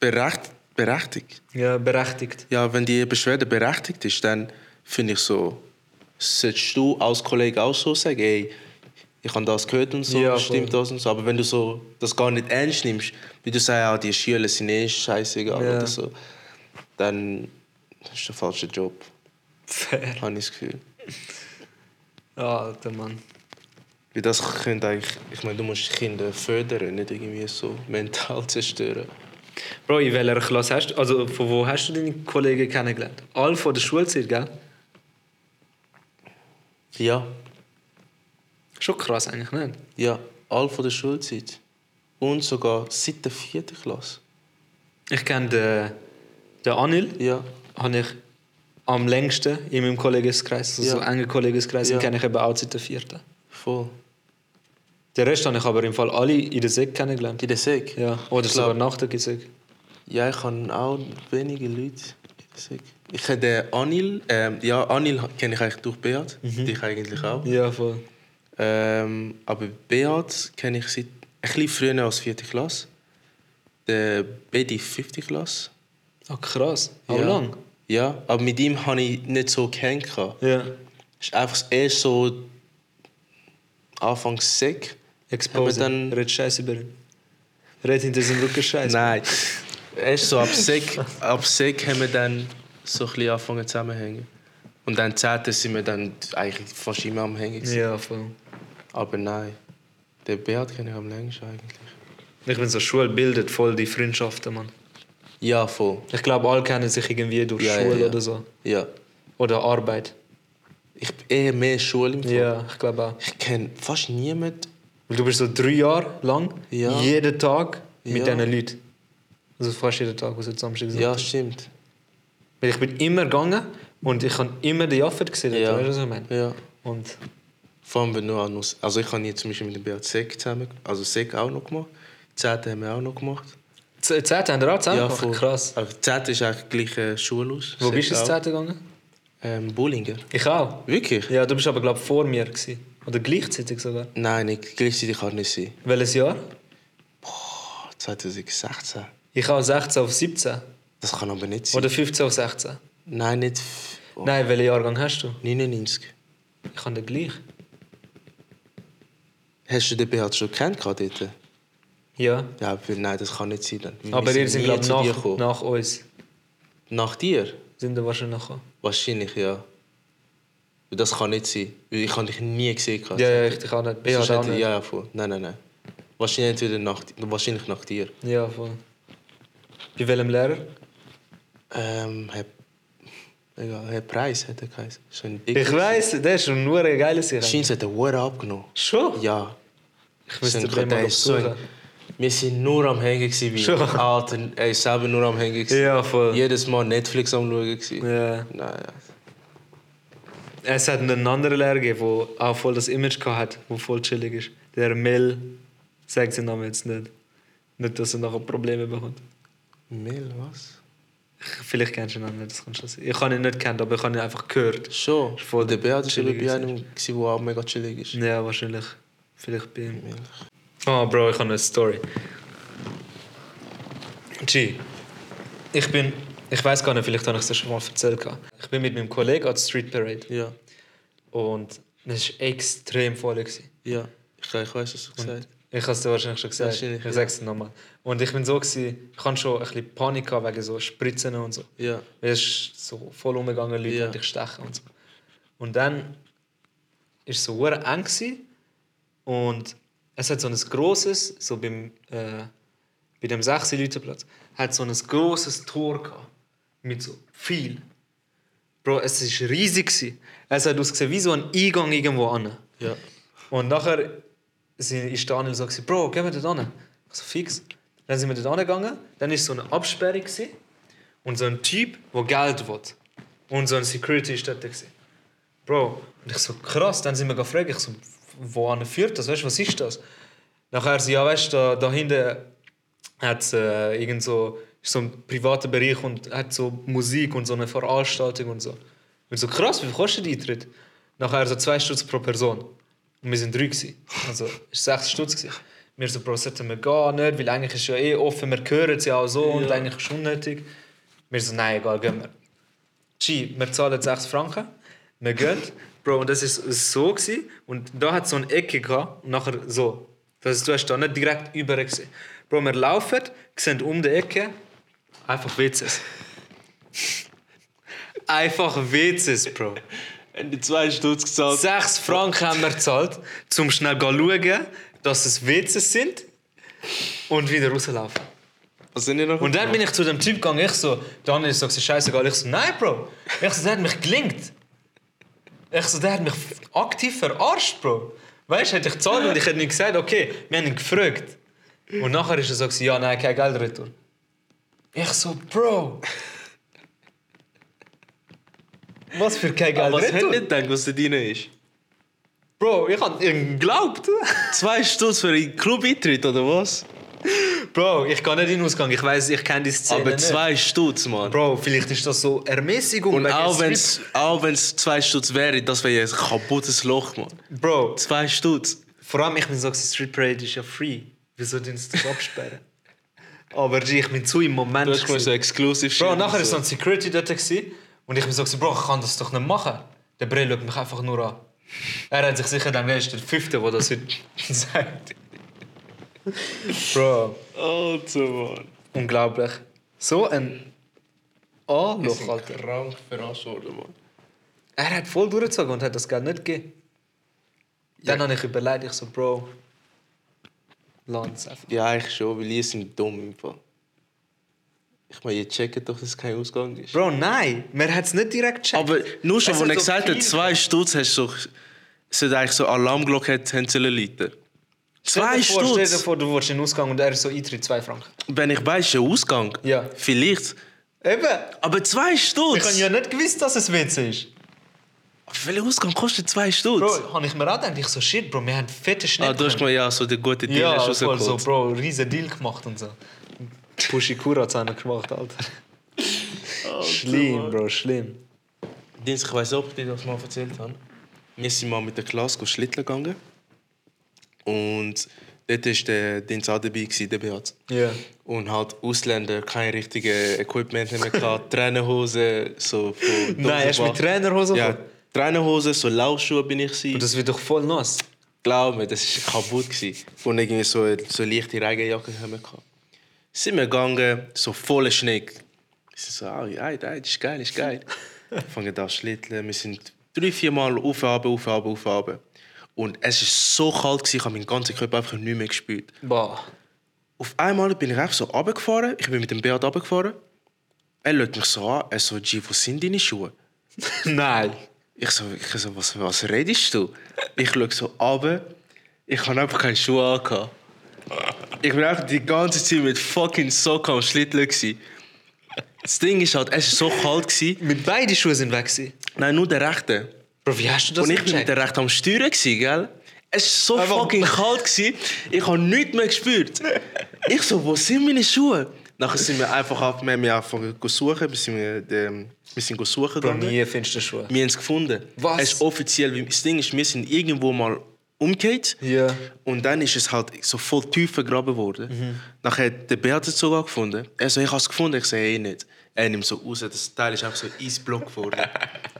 B: berecht, berechtigt,
A: ja, berechtigt.
B: ja, wenn die Beschwerde berechtigt ist, dann finde ich so, solltest du als Kollege auch so sagen, ey, ich habe das gehört und so,
A: Ja, voll.
B: stimmt das und so. Aber wenn du so das gar nicht ernst nimmst, wie du sagst, ah, die Schüler sind eh scheißegal
A: Ja.
B: oder so, dann ist der falsche Job,
A: Fair.
B: habe ich das Gefühl.
A: Alter Mann.
B: Weil das könnte eigentlich, ich meine, du musst Kinder fördern, nicht irgendwie so mental zerstören.
A: Bro, in welcher Klasse hast du, also von wo hast du deine Kollegen kennengelernt? Alle von der Schulzeit, gell?
B: Ja,
A: Schon krass eigentlich, nicht?
B: ja, all von der Schulzeit. Und sogar seit der vierten Klasse.
A: Ich kenne den, den Anil.
B: Ja.
A: habe ich am längsten in meinem Kollegenkreis, also
B: Ja.
A: so engen Kollegenkreis, den
B: Ja.
A: kenne ich eben auch seit der vierten.
B: Voll.
A: Den Rest habe ich aber im Fall alle in der Sek kennengelernt.
B: In der Sek?
A: Ja, oder
B: Ich
A: sogar
B: glaub-
A: nach der Sek.
B: Ja, ich habe auch wenige Leute in der Sek. Ich habe den Anil, ähm, ja, Anil kenne ich eigentlich durch Beat, dich eigentlich auch.
A: Ja, voll.
B: Ähm, aber Beat kenne ich seit ein bisschen früher als vierte Klasse. Der Bedi fünfte Klasse.
A: Ah, krass. How
B: ja.
A: lang?
B: Ja, aber mit ihm habe ich nicht so kennengelernt.
A: Ja.
B: ist einfach eher so anfangs sick.
A: Expose.
B: Haben wir dann-
A: Red Scheiß über ihn. Red hinter seinem Rücken Scheiß.
B: Nein. Erst so ab sick, ab sick haben wir dann so ein bisschen angefangen zusammenhängen. Und dann 10. sind wir dann eigentlich fast immer am Hängen. gewesen.
A: Ja, voll.
B: Aber nein, den Beat kenne ich am längsten eigentlich.
A: Ich bin so, Schule bildet voll die Freundschaften, Mann.
B: Ja, voll.
A: Ich glaube, alle kennen sich irgendwie durch
B: Ja, ja,
A: Schule
B: ja.
A: oder so.
B: Ja.
A: Oder Arbeit.
B: Ich bin eher mehr Schule im Fall.
A: Ja, ich glaube auch.
B: Ich kenne fast niemanden.
A: Weil du bist so drei Jahre lang,
B: Ja.
A: jeden Tag mit
B: Ja.
A: diesen Leuten. Also fast jeden Tag, was du Samstag gesagt
B: Ja,
A: hast.
B: stimmt.
A: Weil ich bin immer gegangen und ich habe immer den Jaffet gesehen.
B: Ja.
A: Weißt du, was ich meine?
B: Ja.
A: Und
B: Vor allem, wenn du auch noch. Also, ich habe jetzt zum Beispiel mit dem Beat Sek zusammen. Also, Sek auch noch gemacht. Zehnte haben wir auch noch gemacht.
A: Z- Z haben wir auch zusammen gemacht.
B: voll.
A: Ah, Krass.
B: Aber Zehnte ist eigentlich gleich äh, Schule aus.
A: Wo bist du ins
B: auch.
A: Z gegangen?
B: Ähm, Bullinger.
A: Ich auch.
B: Wirklich?
A: Ja, du bist aber, glaube ich, vor mir. Gewesen. Oder gleichzeitig sogar.
B: Nein, nicht. gleichzeitig kann nicht sein.
A: Welches Jahr?
B: Oh, 2016.
A: Ich auch 16 auf 17.
B: Das kann aber nicht sein.
A: Oder 15 auf 16.
B: Nein, nicht. f- Oh,
A: Nein, welchen Jahrgang hast du?
B: 99.
A: Ich habe den gleich.
B: Hast du den Beat schon kennt gehabt dort?
A: Ja.
B: eh? Ja, aber nein, das kann nicht sein. Dann. Wir
A: Aber ihr seid,
B: nie
A: glaube
B: zu dir
A: nach,
B: gekommen.
A: nach uns.
B: Nach dir?
A: Sind wir wahrscheinlich nachher.
B: Wahrscheinlich, ja. Das kann nicht sein. weil Ich habe dich nie gesehen. gehabt.
A: Ja, ja, ich dich auch nicht.
B: Das
A: Beat
B: ist
A: auch
B: nicht-
A: nicht.
B: ja, ja, voll. Nein, nein, nein. Wahrscheinlich entweder nach, wahrscheinlich nach dir.
A: Ja, voll. Bei welchem Lehrer?
B: Ähm, Herr, egal, Herr Preis hat er geheißen. So ein dicker-
A: Ich weiss, der ist schon nur ein geiler Sicher.
B: Scheint hat er Uhr abgenommen.
A: Schon?
B: Ja.
A: Ich
B: So
A: müsste
B: ein-
A: den
B: der
A: mal
B: ist so ein-
A: besuchen.
B: Wir waren nur am Hängen. Gewesen, wie
A: Schon?
B: Alter, er war selber nur am Hängen. gewesen.
A: Ja, voll.
B: Jedes Mal Netflix am Schauen. gewesen.
A: Ja.
B: Nein, ja.
A: Es hat einen anderen halt Lehrer gegeben, der auch voll das Image hat, der voll chillig ist. Der Mel, sagt seinen Namen jetzt nicht. Nicht, dass er nachher Probleme bekommt.
B: Mel, was?
A: Vielleicht kennst du ihn auch nicht, das kann schon sein. Ich habe ihn nicht kennt, aber ich habe ihn einfach gehört.
B: Schon.
A: Voll
B: der Beat war eben
A: chillig
B: bei einem, der auch mega chillig ist.
A: Ja, wahrscheinlich. Vielleicht bei ihm. Oh, Bro, ich habe eine Story. G. Ich bin. Ich weiß gar nicht, vielleicht habe ich es dir schon mal erzählt. gehabt. Ich bin mit meinem Kollegen an der Street Parade.
B: Ja,
A: Und es war extrem voll. Gewesen.
B: ja. Ich, ich weiß, was du gesagt hast.
A: Ich habe es dir wahrscheinlich schon gesagt.
B: Wahrscheinlich,
A: ich sage es dir nochmal. Und ich bin so, gewesen, ich hatte schon ein bisschen Panik gehabt wegen so Spritzen und so.
B: Ja.
A: Weil es ist so voll umgegangen, Leute
B: Ja.
A: und dich stechen und so. Und dann war es so hure eng gewesen. und es hat so ein grosses, so beim, äh, bei dem 6 Leutenplatz, hat so ein grosses Tor gehabt. Mit so viel. Bro, es war riesig. Gewesen. Es hat ausgesehen wie so ein Eingang irgendwo an.
B: Ja.
A: Und nachher sie- ist Daniel so, gewesen, Bro, gehen wir dort hin. Ich so, fix. Dann sind wir dort hingegangen, dann war so eine Absperrung gewesen. und so ein Typ, der Geld will. Und so ein Security ist dort. gewesen. Bro, und ich so, krass, dann sind wir gefragt, ich so, wohin führt das, weißt du, was ist das? Nachher so, ja, weißt du, da, da hinten hat es äh, irgend so, ist so einen privaten Bereich und hat so Musik und so eine Veranstaltung und so. Und so krass, wie viel kostet der Eintritt? Nachher so zwei Stutz pro Person. Und wir sind drei gewesen. Also es war sechs Stutz. Gewesen. Wir so, Bro, sollten wir gehen, nicht, weil eigentlich ist ja eh offen, wir hören es ja auch so und
B: Ja.
A: eigentlich ist es unnötig. Wir so, nein, egal, gehen wir. Chi, wir zahlen 6 Franken, wir gehen. Bro, und das war so. Gewesen. Und da hat es so eine Ecke gehabt und nachher so. Das heißt, du hast da nicht direkt über gesehen. Bro, wir laufen, sehen um die Ecke, einfach WCs. einfach WCs, Bro.
B: Ende zwei Stutz gezahlt.
A: 6 Franken haben wir gezahlt, um schnell schauen, dass es WCs sind und wieder rauslaufen.
B: Was sind die noch?
A: Und dann bin ich zu dem Typ gegangen, ich so, Daniel ist so, gewesen, scheißegal. Ich so, nein, Bro. Ich so, der hat mich gelingt. Ich so, der hat mich f- aktiv verarscht, Bro. Weißt du, hätte ich gezahlt und ich hätte nicht gesagt, okay, wir haben ihn gefragt. Und nachher ist er so, gewesen, ja, nein, kein Geld retour. Ich so, Bro. Was für kein Geld
B: was hätte
A: retour?
B: nicht gedacht, was da drin ist?
A: Bro, ich hab ihm geglaubt.
B: Zwei Stutz für einen Club-Eintritt, oder was?
A: Bro, ich kann nicht in den Ausgang, ich weiß, ich kenne die Szene
B: Aber
A: nicht.
B: zwei Stutz, Mann.
A: Bro, vielleicht ist das so Ermäßigung.
B: Und
A: wegen
B: auch
A: Strip-
B: wenn es auch wenn's zwei Stutz wäre, das wäre ja ein kaputtes Loch, Mann.
A: Bro,
B: Zwei Stutz.
A: Vor allem, ich bin so, gewesen, Street Parade ist ja free. Wieso denn sie das absperren? Aber G, ich bin zu im Moment.
B: Du hast mal
A: gewesen.
B: so exklusiv
A: Bro, nachher war so ein Security dort gewesen, und ich bin so, gewesen, Bro, ich kann das doch nicht machen. Der Brill schaut mich einfach nur an. Er hat sich sicher gedacht, wer ist der Fünfte, der das heute sagt. Bro,
B: Alter, Mann.
A: unglaublich. So ein Anloch,
B: Doch,
A: Alter.
B: Alter. Krank verarscht worden, Mann.
A: Er hat voll durchgezogen und hat das Geld nicht gegeben. Dann habe ich überlegt, ich so, Bro, lass es einfach.
B: Ja, eigentlich schon, weil die sind dumm im Fall. Ich meine, ihr checkt doch, dass es kein Ausgang ist.
A: Bro, nein, man hat es nicht direkt gecheckt.
B: Aber nur schon,
A: Es hat
B: als
A: so
B: er gesagt
A: viel-
B: hat, zwei Stutz hast du doch... Es hat eigentlich so Alarmglocke hat, haben sollen läuten.
A: Stell dir vor,
B: Zwei
A: Stell dir
B: Stutz!
A: vor, du willst in den Ausgang und er ist so Eintritt 2 Franken.
B: Wenn ich weiß, ist ein Ausgang.
A: Ja.
B: Vielleicht.
A: Eben.
B: Aber zwei
A: Ich habe
B: Stutz!
A: ja nicht gewusst, dass es WC ist.
B: Welcher Ausgang kostet zwei Stutz?
A: Bro, habe ich mir auch gedacht, ich so, shit, Bro, wir haben fette Schnitt.
B: ah, du hast mal ja so den guten Deal
A: ja,
B: hast
A: voll so,
B: rausgeholt.
A: Bro, riesen Deal gemacht und so. Pushikura hat es gemacht, Alter.
B: Oh,
A: schlimm, Bro, schlimm.
B: Dienst, ich weiß auch, ob ich dir das mal erzählt habe. Wir sind mal mit der Klasse go schlitteln gegangen. Und dort war der Dienst auch dabei, gewesen, der Beat.
A: Ja.
B: Und halt Ausländer, kein richtiges Equipment mehr gehabt, Trainerhose, so von
A: Nein, hast du mit Trainerhose
B: Ja,
A: gekommen?
B: Trainerhose, so Laufschuhe bin ich gewesen.
A: Und das wird doch voll nass.
B: Glaub mir, das war kaputt. gewesen. Und irgendwie so, eine- so eine leichte Regenjacke haben wir gehabt. Sind wir gegangen, so voller Schnee. Ich so, ah, ja, ja, das ist geil, das ist geil. Fangen da an zu schlitteln. Wir sind drei, vier Mal auf, ab, auf, ab, auf, ab. Und es war so kalt, gewesen, ich habe meinen ganzen Körper einfach nicht mehr gespürt.
A: Boah.
B: Auf einmal bin ich einfach so runtergefahren. Ich bin mit dem Beat runtergefahren. Er schaut mich so an. Er so, G, wo sind deine Schuhe?
A: Nein.
B: Ich so, ich so was, was redest du? Ich schaue so runter. Ich habe einfach keine Schuhe angehabt. Ich war einfach die ganze Zeit mit fucking Socken am Schlitteln. gewesen. Das Ding ist halt, es war so kalt. Gewesen.
A: Mit beiden Schuhen sind weg. gewesen.
B: Nein, nur der rechte.
A: Bro, wie hast du das
B: Und ich bin mit
A: gecheckt?
B: der rechten am Steuern, gewesen, gell? Es war so
A: Einfach-
B: fucking kalt. Gewesen. Ich habe nichts mehr gespürt. Ich so, wo sind meine Schuhe? Nachher sind wir einfach ab, wir haben ja angefangen zu suchen. Wir sind, ähm, wir sind suchen
A: Bro,
B: gegangen.
A: nie findest du Schuhe.
B: Wir haben es gefunden.
A: Was?
B: Es ist offiziell, weil das Ding ist, wir sind irgendwo mal umgekehrt.
A: Ja.
B: Und dann ist es halt so voll tief vergraben worden.
A: Mhm.
B: Nachher hat der Bert es sogar gefunden. Er so, ich habe es gefunden. Ich so, eh nicht. Er nimmt so raus, das Teil ist einfach so eisblock geworden.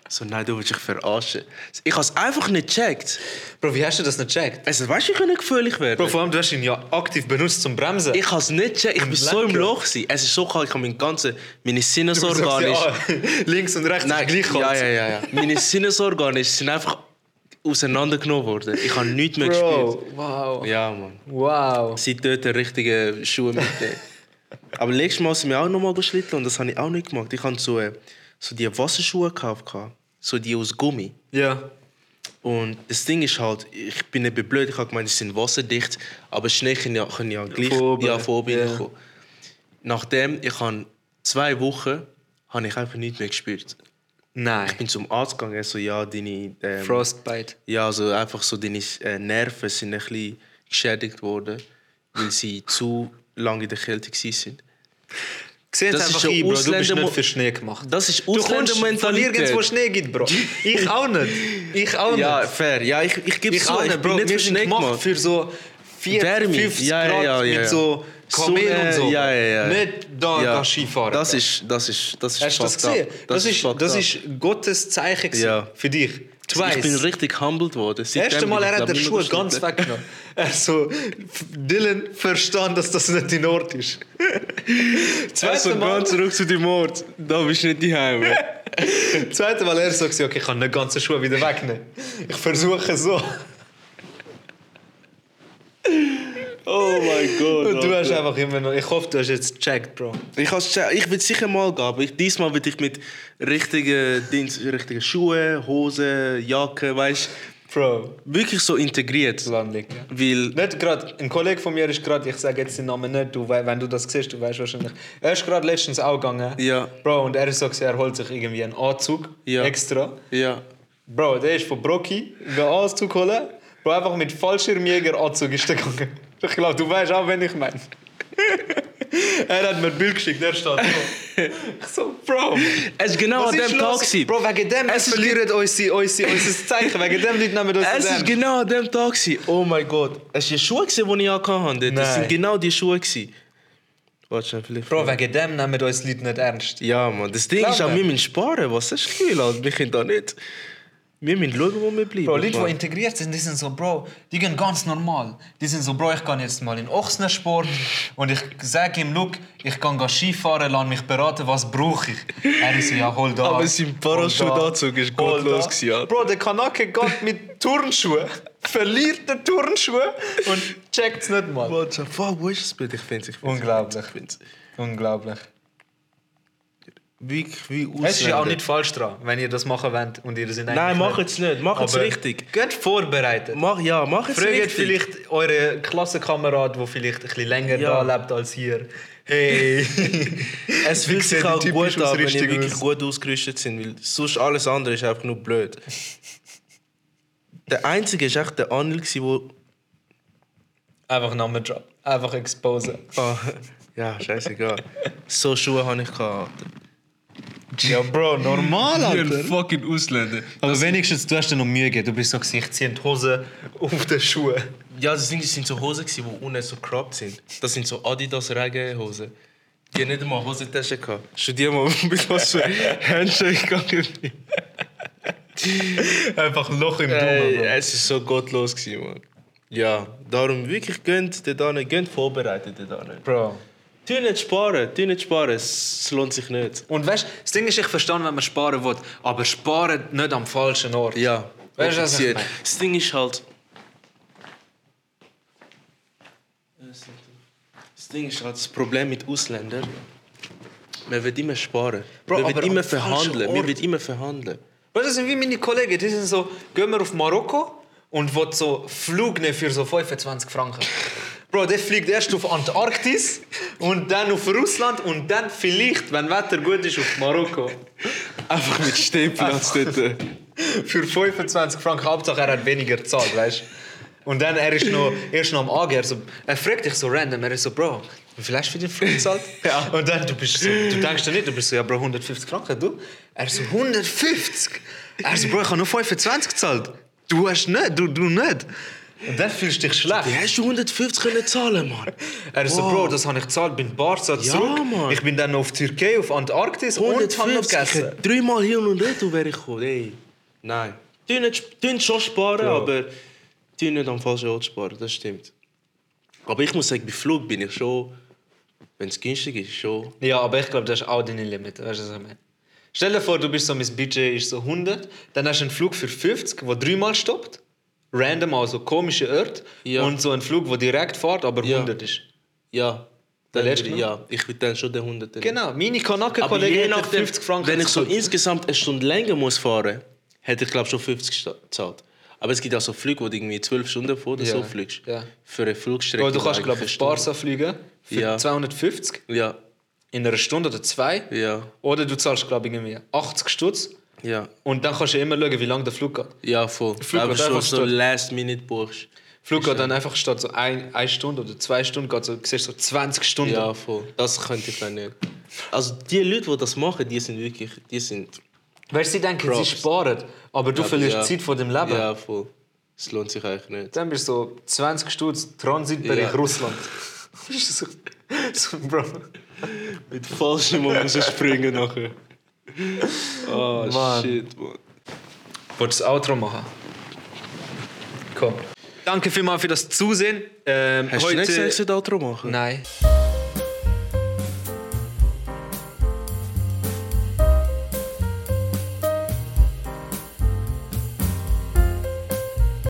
B: so, nein, du willst dich verarschen. Ich habe es einfach nicht gecheckt.
A: Bro, wie hast du das nicht gecheckt?
B: Also, weißt du, ich kann nicht gefährlich werden.
A: Bro, vor allem, du hast ihn ja aktiv benutzt zum Bremsen.
B: ich habe es nicht gecheckt. Ich war so im
A: lecker.
B: Loch. Gewesen. Es ist so kalt, ich habe mein ganzen, meine
A: Du sagst,
B: Sinnesorgane ist-
A: ja, "Oh, links und rechts ist Also gleich
B: ja,
A: kalt.
B: ja, ja, ja. Meine Sinnesorgane sind einfach auseinandergenommen worden. Ich habe nichts mehr
A: Bro,
B: gespürt.
A: wow.
B: Ja, Mann.
A: Wow.
B: Sie dort die richtigen Schuhe mitnehmen. Aber letztes Mal sind wir auch nochmal geschlitten und das habe ich auch nicht gemacht. Ich habe so, äh, so die Wasserschuhe gekauft. gehabt. So die aus Gummi.
A: Ja.
B: Und das Ding ist halt, ich bin nicht blöd, ich habe gemeint, sie sind wasserdicht, aber Schnee kann ja, kann ja gleich
A: Von oben.
B: ja, von oben
A: Ja.
B: kommen. Nachdem, ich habe zwei Wochen, habe ich einfach nichts mehr gespürt.
A: Nein.
B: bin zum Arzt gegangen, er so, ja, deine, ähm,
A: Frostbite.
B: ja, also einfach so deine äh, Nerven sind ein bisschen geschädigt worden, weil sie zu lange in der Kälte waren.
A: Sieht
B: Das
A: einfach
B: ist
A: ein,
B: ein
A: Bro, du bist
B: Ausländer-
A: nicht für Schnee gemacht.
B: Das ist
A: Du kommst von nirgends, wo Schnee gibt, Bro. Ich auch nicht. Ich auch nicht.
B: Ja, fair. Ja, ich, ich gebe
A: ich
B: es zu,
A: auch
B: ich
A: nicht, Bro.
B: bin nicht
A: Wir sind
B: verschneckt,
A: gemacht
B: Mann.
A: für so 40,
B: Wärme.
A: 50
B: Ja, ja,
A: Grad
B: ja, ja,
A: mit
B: ja.
A: so Kamel
B: Sonne,
A: und so.
B: Ja, ja, ja.
A: Nicht da,
B: ja,
A: da Skifahren.
B: Das
A: Bro.
B: ist, das ist, das ist
A: Hast du Äh, das
B: fucked up.
A: gesehen? Das, ist,
B: fucked
A: das
B: up.
A: ist Gottes Zeichen gewesen
B: Ja.
A: für dich. Du
B: Ich bin
A: weißt.
B: richtig humbled worden.
A: Das
B: Seitdem
A: erste
B: bin
A: Mal,
B: ich,
A: er hat
B: glaub,
A: den
B: nicht mehr
A: Schuh ganz
B: geschnitten.
A: weggenommen. Er so, Dylan verstand, dass das nicht in Ort ist.
B: Also ganz zurück zu dem Mord. Da bist du nicht die Heime.
A: Zweite Mal er sagt, okay, ich kann den ganzen Schuh wieder wegnehmen. Ich versuche so.
B: Oh mein Gott.
A: Und du hast
B: Alter.
A: einfach immer noch. Ich hoffe, du hast jetzt gecheckt, Bro.
B: ich, has- ich will sicher mal gehen, aber ich, diesmal will ich mit richtigen, Dienst, richtigen Schuhen, Hosen, Jacke, weißt
A: Bro,
B: wirklich so integriert.
A: landlich.
B: Weil
A: Nicht gerade, ein Kollege von mir ist gerade, ich sage jetzt den Namen nicht, du, we- wenn du das siehst, du weißt wahrscheinlich. Er ist gerade letztens auch gegangen.
B: Ja.
A: Bro, und er ist so, gewesen, er holt sich irgendwie einen Anzug
B: Ja.
A: extra.
B: Ja.
A: Bro, der ist von Brocki, einen Anzug holen. Bro, einfach mit Fallschirmjäger Anzug ist der gegangen. Ich glaube, du weißt auch, wen ich meine. er hat mir ein Bild geschickt, der steht so. Ich so, Bro.
B: Es ist genau
A: was
B: an
A: ist
B: dem
A: los?
B: Tag. gewesen.
A: Bro, wegen dem
B: Es
A: es
B: ist-
A: verlieren unsere, unsere, unser Zeichen. Wegen dem Leute nehmen uns
B: Es
A: an
B: ist
A: dem.
B: genau an dem Tag. gewesen. Oh mein Gott. Es waren Schuhe, gewesen, die ich anhatte. Das
A: Nein.
B: sind genau die Schuhe. gewesen. Warte schnell, vielleicht.
A: Bro, wegen dem nehmen uns Leute nicht ernst.
B: Ja, Mann. Das Ding
A: Glaub
B: ist, auch,
A: mir.
B: wir müssen sparen. Was ist das Gefühl? Wir können da nicht. Wir müssen schauen, wo wir bleiben.
A: Bro, Leute, die
B: Mann.
A: integriert sind, die sind so, Bro, die gehen ganz normal. Die sind so, Bro, ich gehe jetzt mal in Ochsnersport und ich sage ihm, look, ich kann gehen Skifahren, lass mich beraten, was brauche ich. Er ist so, ja, hol da.
B: Aber sein Parachutanzug
A: hol da,
B: ist gottlos
A: hol da.
B: gewesen, Alter.
A: Bro, der Kanake geht mit Turnschuhen, verliert den Turnschuhe und checkt es nicht mal.
B: Warte, fuck, wo ist das Bild? Ich finde es.
A: Unglaublich.
B: Ich find's.
A: Unglaublich.
B: wirklich wie Ausländer.
A: Es ist ja auch nicht falsch dran, wenn ihr das machen wollt und ihr sind
B: Nein, mach es nicht. Mach es richtig.
A: Geht vorbereitet.
B: Mach, ja, mach es
A: Fragt
B: richtig.
A: vielleicht euren Klassenkamerad, der vielleicht ein bisschen länger
B: Ja.
A: da lebt als hier. Hey,
B: Es
A: Wie sieht
B: fühlt sich
A: die
B: auch
A: typische
B: gut an, wenn
A: Ausrüstung
B: ihr wirklich
A: aus?
B: gut ausgerüstet sind, weil sonst alles andere ist einfach nur blöd. Der einzige ist echt der Anil, gewesen, wo.
A: Einfach Namen drop. Einfach exposen.
B: Ah, ja, scheißegal. So Schuhe habe ich gehabt.
A: Ja, Bro, normal,
B: fucking Ausländer.
A: Aber wenigstens, du hast dir noch Mühe gegeben. Du bist so gesagt, zieh die Hose auf den Schuhen.
B: Ja, das Ding das sind so Hosen, gewesen, die unten so cropped sind. Das sind so Adidas-Regenhosen. Die haben nicht einmal Hosentasche gehabt. Studier mal, mit was für Handschuhe ich gegangen bin.
A: Einfach ein Loch im
B: Ey,
A: Bro.
B: Äh, es ist so gottlos gewesen, Mann. Ja, darum wirklich gönnt den da nicht, gönnt vorbereitet den da nicht.
A: Bro.
B: Tu nicht sparen, tu nicht sparen, es es lohnt sich nicht.
A: Und weißt du, das Ding ist, ich verstehe, wenn man sparen will, aber sparen nicht am falschen Ort.
B: Ja,
A: Weißt du, was ich
B: offiziell.
A: meine?
B: Das Ding ist halt. Das Ding ist halt das Problem mit Ausländern. Man wird immer sparen.
A: Bro,
B: man
A: aber
B: wird immer
A: am falschen
B: verhandeln.
A: Ort.
B: Man wird immer verhandeln.
A: Weißt du, das sind wie meine Kollegen, die sind so, gehen wir auf Marokko und wollen so Flug nehmen für so 25 Franken. Bro, der fliegt erst auf Antarktis und dann auf Russland und dann vielleicht, wenn Wetter gut ist, auf Marokko.
B: Einfach mit Stehplatz dort.
A: Für 25 Franken, Hauptsache er hat weniger gezahlt, weißt du? Und dann, er ist noch, er ist noch am AG, er, so, er fragt dich so random, er ist so, Bro, wie viel hast du für den Flug gezahlt? ja. Und dann, du bist so, du denkst dir nicht, du bist so, ja Bro, 150 Franken, du? Er so, 150? Er so, Bro, ich habe nur 25 gezahlt. Du hast nicht, du, du nicht. Und dann fühlst du dich schlecht.
B: Wie hast du 150 können zahlen, Mann?
A: Er ist so,
B: Wow.
A: Bro, das habe ich gezahlt, bin Barzat
B: Ja,
A: zurück.
B: Mann.
A: Ich bin dann noch auf Türkei, auf Antarktis und habe noch
B: 150, ich
A: gegessen.
B: hätte dreimal hin und retour wäre ich gekommen. Ey. Nein. Du nicht, tu nicht schon sparen,
A: Ja.
B: aber du nicht am falschen Ort sparen, das stimmt. Aber ich muss sagen, bei Flug bin ich schon, wenn es günstig ist, schon.
A: Ja, aber ich glaube, das ist auch deine Limit. Weißt du, was ich meine? Stell dir vor, du bist so, mein Budget ist so 100, dann hast du einen Flug für 50, der dreimal stoppt, random, also komische Ort,
B: Ja.
A: und so einen Flug, der direkt fährt, aber
B: Ja.
A: 100 ist.
B: Ja. Dann
A: Der
B: würde,
A: letzte?
B: ja, ich würde dann schon den 100 nehmen.
A: Genau, meine
B: Aber je
A: Kanaken-Kollegen hätten
B: nachdem,
A: 50 Franken.
B: wenn ich so
A: gezahlt.
B: insgesamt eine Stunde länger muss fahren, hätte ich glaube schon 50 sta- gezahlt. Aber es gibt auch so Flüge, wo du irgendwie 12 Stunden vor oder
A: Ja.
B: so fliegst.
A: Ja.
B: Für eine Flugstrecke.
A: Bro, du
B: die
A: kannst,
B: eigentlich
A: glaube
B: eine
A: ich,
B: Stunde-
A: Barca fliegen für
B: Ja.
A: 250
B: Ja,
A: in einer Stunde oder zwei.
B: ja,
A: Oder du zahlst, glaube ich, irgendwie 80 Stutz.
B: ja.
A: Und dann kannst du immer schauen, wie lange der Flug geht.
B: Ja, voll.
A: Flug
B: Aber
A: wird
B: schon
A: einfach
B: so
A: statt-
B: last minute buchst.
A: Flug geht dann einfach statt so ein, eine Stunde oder zwei Stunden, geht so, siehst so 20 Stunden.
B: Ja, voll. Das könnte ich dann nicht. Also die Leute, die das machen, die sind wirklich, die sind...
A: Weißt du, sie denken,
B: Props.
A: sie sparen, aber du verlierst
B: ja.
A: Zeit von dem Leben.
B: Ja, voll. Es lohnt sich eigentlich nicht.
A: Dann bist du so 20 Stutz Transitbereich
B: Ja.
A: Russland. so, so, Bro.
B: Mit falschem Moment müssen springen nachher. Oh,
A: Mann.
B: shit, man.
A: Wolltest du das Outro machen? Komm. Danke vielmals für das Zusehen. Ähm,
B: Hast du
A: heute... eh,
B: nicht gesagt, dass wir das Outro machen?
A: Nein.